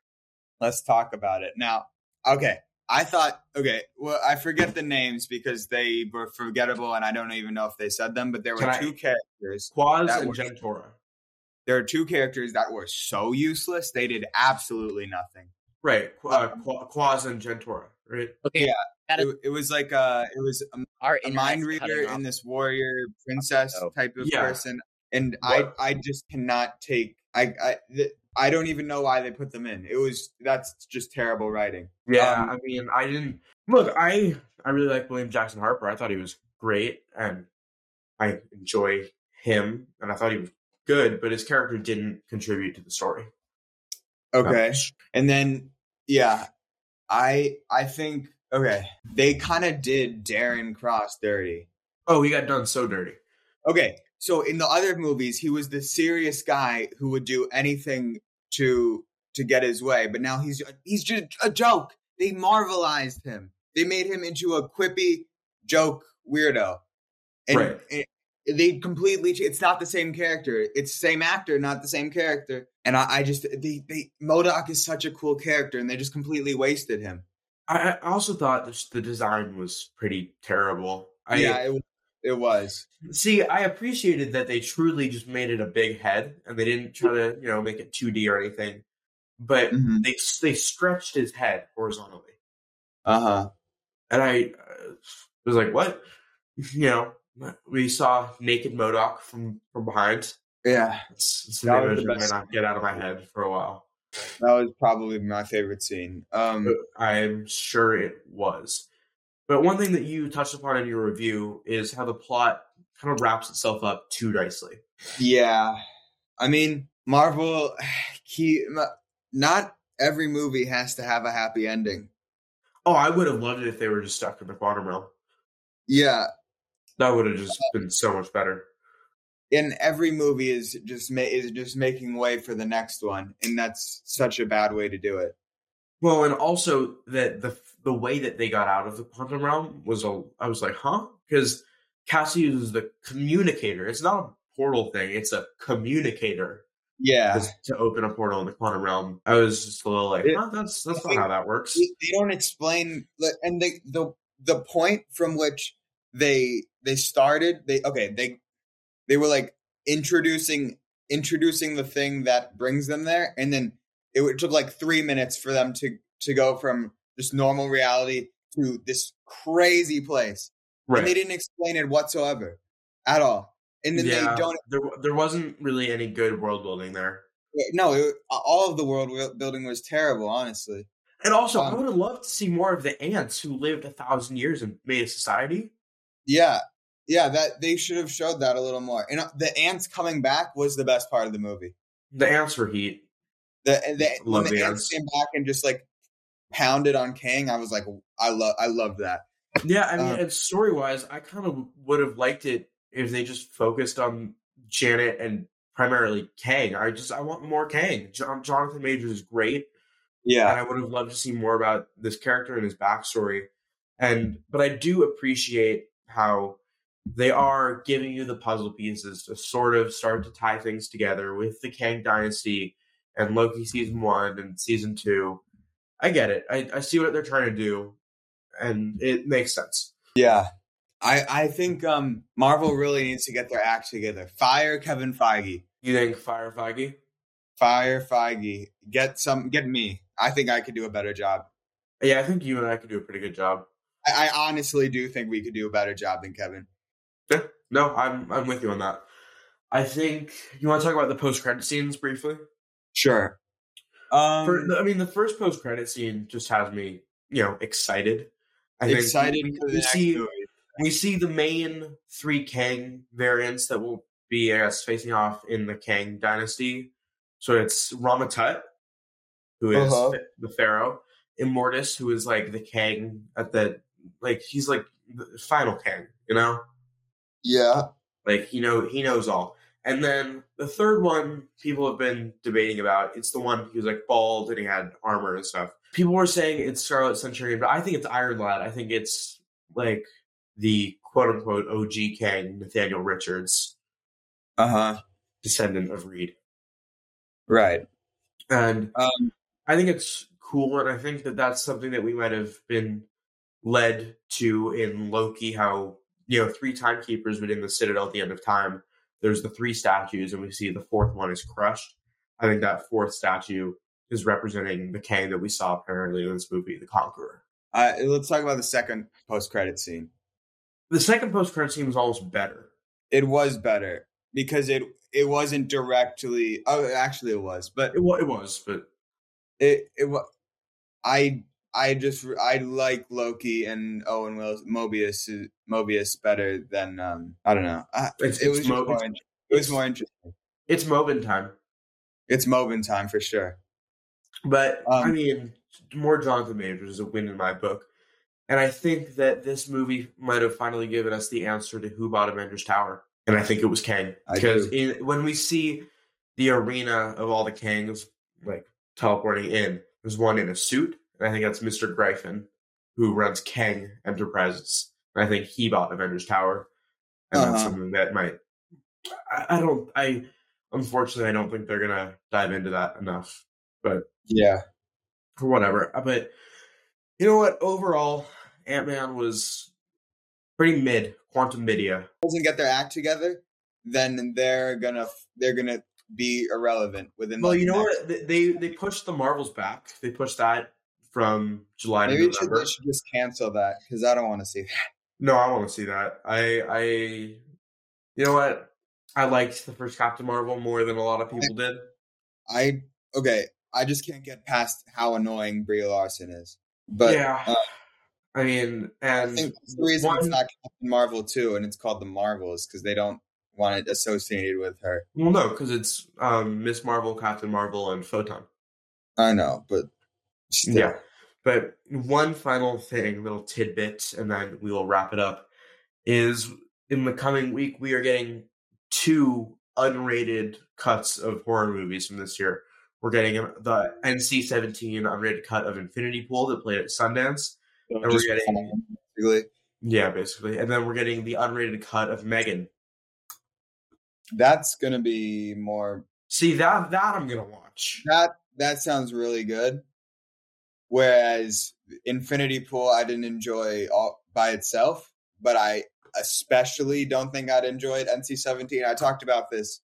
Speaker 2: Let's talk about it now. Okay, I thought. Okay, well, I forget the names because they were forgettable, and I don't even know if they said them. But there were
Speaker 1: Can I-
Speaker 2: two characters.
Speaker 1: Quaz
Speaker 2: That
Speaker 1: and
Speaker 2: works.
Speaker 1: Gentora.
Speaker 2: There are two characters that were so useless; they did absolutely nothing.
Speaker 1: Right, Qu- uh, Qu- Quaz and Gentora, right?
Speaker 3: okay,
Speaker 2: yeah.
Speaker 3: That is-
Speaker 2: It, it was like uh, it was a
Speaker 3: our
Speaker 2: a
Speaker 3: internet's
Speaker 2: mind
Speaker 3: cutting
Speaker 2: reader
Speaker 3: off.
Speaker 2: and this warrior princess
Speaker 3: Oh.
Speaker 2: type of
Speaker 1: Yeah.
Speaker 2: person and
Speaker 1: What-
Speaker 2: i i just cannot take i i th- i don't even know why they put them in it was that's just terrible writing
Speaker 1: Yeah,
Speaker 2: Um,
Speaker 1: I mean, I didn't look. I I really like William Jackson Harper. I thought he was great, and I enjoy him, and I thought he was good. But his character didn't contribute to the story.
Speaker 2: okay and then yeah i i think okay they kind of did darren cross dirty
Speaker 1: Oh, he got done so dirty.
Speaker 2: okay so in the other movies he was the serious guy who would do anything to to get his way but now he's he's just a joke they marvelized him they made him into a quippy joke weirdo and
Speaker 1: Right.
Speaker 2: it- they completely ch- it's not the same character it's the same actor not the same character and i, I just they, they modoc is such a cool character and they just completely wasted him
Speaker 1: I, I also thought this, the design was pretty terrible. I
Speaker 2: yeah it, it was
Speaker 1: see. I appreciated that they truly just made it a big head, and they didn't try to you know make it two D or anything. But
Speaker 2: Mhm.
Speaker 1: they they stretched his head horizontally.
Speaker 2: uh-huh
Speaker 1: and I uh, was like, "What?" You know, we saw naked Modoc from from behind.
Speaker 2: yeah
Speaker 1: It's, it's
Speaker 2: That
Speaker 1: an
Speaker 2: was
Speaker 1: image
Speaker 2: the
Speaker 1: I may
Speaker 2: best.
Speaker 1: not get out of my head for a while.
Speaker 2: that was probably my favorite scene um
Speaker 1: But I'm sure it was. But one thing that you touched upon in your review is how the plot kind of wraps itself up too nicely.
Speaker 2: Yeah, I mean, Marvel. He not every movie has to have a happy ending.
Speaker 1: Oh, I would have loved it if they were just stuck in the quantum realm.
Speaker 2: Yeah,
Speaker 1: That would have just been so much better.
Speaker 2: and every movie is just ma- is just making way for the next one, and that's such a bad way to do it.
Speaker 1: Well, and also that the the way that they got out of the quantum realm was a I was like, huh? Because Cassie is the communicator. It's not a portal thing. It's a communicator
Speaker 2: Yeah,
Speaker 1: is to open a portal in the quantum realm. I was just a little like,
Speaker 2: It-
Speaker 1: huh, that's that's
Speaker 2: I
Speaker 1: not how that works.
Speaker 2: they they don't explain, like, and the the the point from which they they started. They okay, they they were like introducing introducing the thing that brings them there and then it would- took like three minutes for them to to go from just normal reality to this crazy place and they didn't explain it whatsoever at all and then
Speaker 1: Yeah.
Speaker 2: they don't
Speaker 1: There there wasn't really any good world building there.
Speaker 2: no it, all of the world wi- building was terrible honestly
Speaker 1: And also, I
Speaker 2: Um,
Speaker 1: would have loved to see more of the ants who lived a thousand years and made a society.
Speaker 2: yeah yeah that they should have showed that a little more and uh, the ants coming back was the best part of the movie
Speaker 1: The ants were heat.
Speaker 2: The and the, when
Speaker 1: Love
Speaker 2: the
Speaker 1: the
Speaker 2: ants
Speaker 1: ants.
Speaker 2: came back and just like pounded on Kang, I was like, I love, I love that.
Speaker 1: Yeah, I mean,
Speaker 2: Um,
Speaker 1: and story wise, I kind of would have liked it if they just focused on Janet and primarily Kang. I just I want more Kang. John, Jonathan Majors is great,
Speaker 2: Yeah,
Speaker 1: and I would have loved to see more about this character and his backstory. And but I do appreciate how they are giving you the puzzle pieces to sort of start to tie things together with the Kang Dynasty and Loki season one and season two. I get it. I, I see what they're trying to do, and it makes sense.
Speaker 2: yeah. I I think um Marvel really needs to get their act together. Fire Kevin Feige.
Speaker 1: You think Fire Feige?
Speaker 2: Fire Feige. Get some. Get me. I think I could do a better job.
Speaker 1: Yeah, I think you and I could do a pretty good job.
Speaker 2: I, I honestly do think we could do a better job than Kevin.
Speaker 1: Yeah, no, I'm I'm with you on that. I think you want to talk about the post credit scenes briefly.
Speaker 2: Sure. Um,
Speaker 1: For, I mean, the first post credit scene just has me, you know, excited. I think
Speaker 2: excited for the
Speaker 1: we
Speaker 2: next
Speaker 1: see
Speaker 2: movie.
Speaker 1: we see the main three Kang variants that will be, I guess, facing off in the Kang dynasty. So it's Rama Tut, who is
Speaker 2: Uh-huh.
Speaker 1: ph- the pharaoh, Immortus, who is like the Kang at the like he's like the final Kang, you know.
Speaker 2: Yeah.
Speaker 1: Like he know he knows all. And then the third one people have been debating about. It's the one he was like bald and he had armor and stuff. People were saying it's Scarlet Centurion, but I think it's Iron Lad. I think it's like the quote unquote OG Kang Nathaniel Richards,
Speaker 2: Uh huh.
Speaker 1: descendant of Reed.
Speaker 2: Right.
Speaker 1: And
Speaker 2: Um,
Speaker 1: I think it's cool, and I think that that's something that we might have been led to in Loki. How you know three timekeepers within the Citadel at the end of time. There's the three statues, and we see the fourth one is crushed. I think that fourth statue is representing the Kang that we saw apparently in this movie, the Conqueror.
Speaker 2: uh, let's talk about the second post-credit scene.
Speaker 1: The second post credit scene was almost better.
Speaker 2: It was better because it it wasn't directly. Oh, actually, it was, but
Speaker 1: It, wa- it was, but
Speaker 2: it it wa- I I just I like Loki and Owen Wills Mobius is- Mobius better than um I don't know. I,
Speaker 1: It's- it's
Speaker 2: it was just
Speaker 1: Mo-
Speaker 2: more, in- it was more interesting.
Speaker 1: it's Mobin time.
Speaker 2: It's Mobin time for sure.
Speaker 1: But I
Speaker 2: Um,
Speaker 1: mean, more Jonathan Majors is a win in my book, and I think that this movie might have finally given us the answer to who bought Avengers Tower, and I think it was Kang
Speaker 2: I
Speaker 1: because in, when we see the arena of all the Kangs like teleporting in, there's one in a suit, and I think that's Mister Gryphon who runs Kang Enterprises, and I think he bought Avengers Tower, and that's
Speaker 2: Uh-huh.
Speaker 1: something that might. I, I don't. I unfortunately I don't think they're gonna dive into that enough
Speaker 2: Yeah.
Speaker 1: or whatever. uh, But you know what? Overall, Ant Man was pretty mid, quantum media.
Speaker 2: Doesn't get their act together, then they're gonna they're gonna be irrelevant within.
Speaker 1: Well,
Speaker 2: like,
Speaker 1: you
Speaker 2: the
Speaker 1: know
Speaker 2: next-
Speaker 1: what? They- They they pushed the Marvels back. They pushed that from July
Speaker 2: Maybe
Speaker 1: to
Speaker 2: it should,
Speaker 1: November.
Speaker 2: they should just cancel that because I don't want to see that.
Speaker 1: No, I want to see that. I I you know what? I liked the first Captain Marvel more than a lot of people did.
Speaker 2: I okay. I just can't get past how annoying Brie Larson is. But
Speaker 1: yeah.
Speaker 2: uh,
Speaker 1: I mean,
Speaker 2: I
Speaker 1: and
Speaker 2: think that's the reason it's
Speaker 1: one-
Speaker 2: not Captain Marvel too, and it's called the Marvels because they don't want it associated with her.
Speaker 1: well, no, because it's um, Miss Marvel, Captain Marvel, and Photon.
Speaker 2: I know, but still.
Speaker 1: Yeah. But one final thing, little tidbit, and then we will wrap it up, is in the coming week, we are getting two unrated cuts of horror movies from this year. We're getting the NC 17 unrated cut of Infinity Pool that played at Sundance.
Speaker 2: Just
Speaker 1: And we're getting,
Speaker 2: basically-
Speaker 1: yeah, basically. And then we're getting the unrated cut of Megan.
Speaker 2: that's gonna be more.
Speaker 1: See, that that I'm going to watch.
Speaker 2: That that sounds really good. Whereas Infinity Pool, I didn't enjoy all by itself, but I especially don't think I'd enjoyed NC Seventeen. I talked about this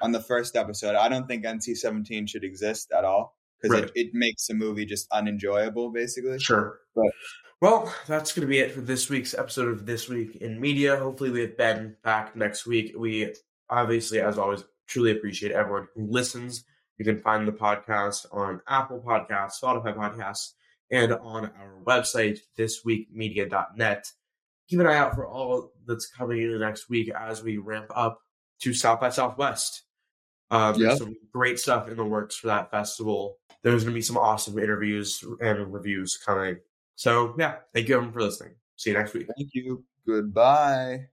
Speaker 2: on the first episode. I don't think NC Seventeen should exist at all because
Speaker 1: Right.
Speaker 2: it, it makes the movie just unenjoyable, basically.
Speaker 1: Sure.
Speaker 2: But-
Speaker 1: well, that's going to be it for this week's episode of This Week in Media. Hopefully, we have Ben back next week. We obviously, as always, truly appreciate everyone who listens. You can find the podcast on Apple Podcasts, Spotify Podcasts, and on our website, thisweekmedia.net. Keep an eye out for all that's coming in the next week as we ramp up to South by Southwest. Uh,
Speaker 2: Yeah.
Speaker 1: There's some great stuff in the works for that festival. There's going to be some awesome interviews and reviews coming. So, yeah, thank you everyone for listening. See you next week.
Speaker 2: Thank you. Goodbye.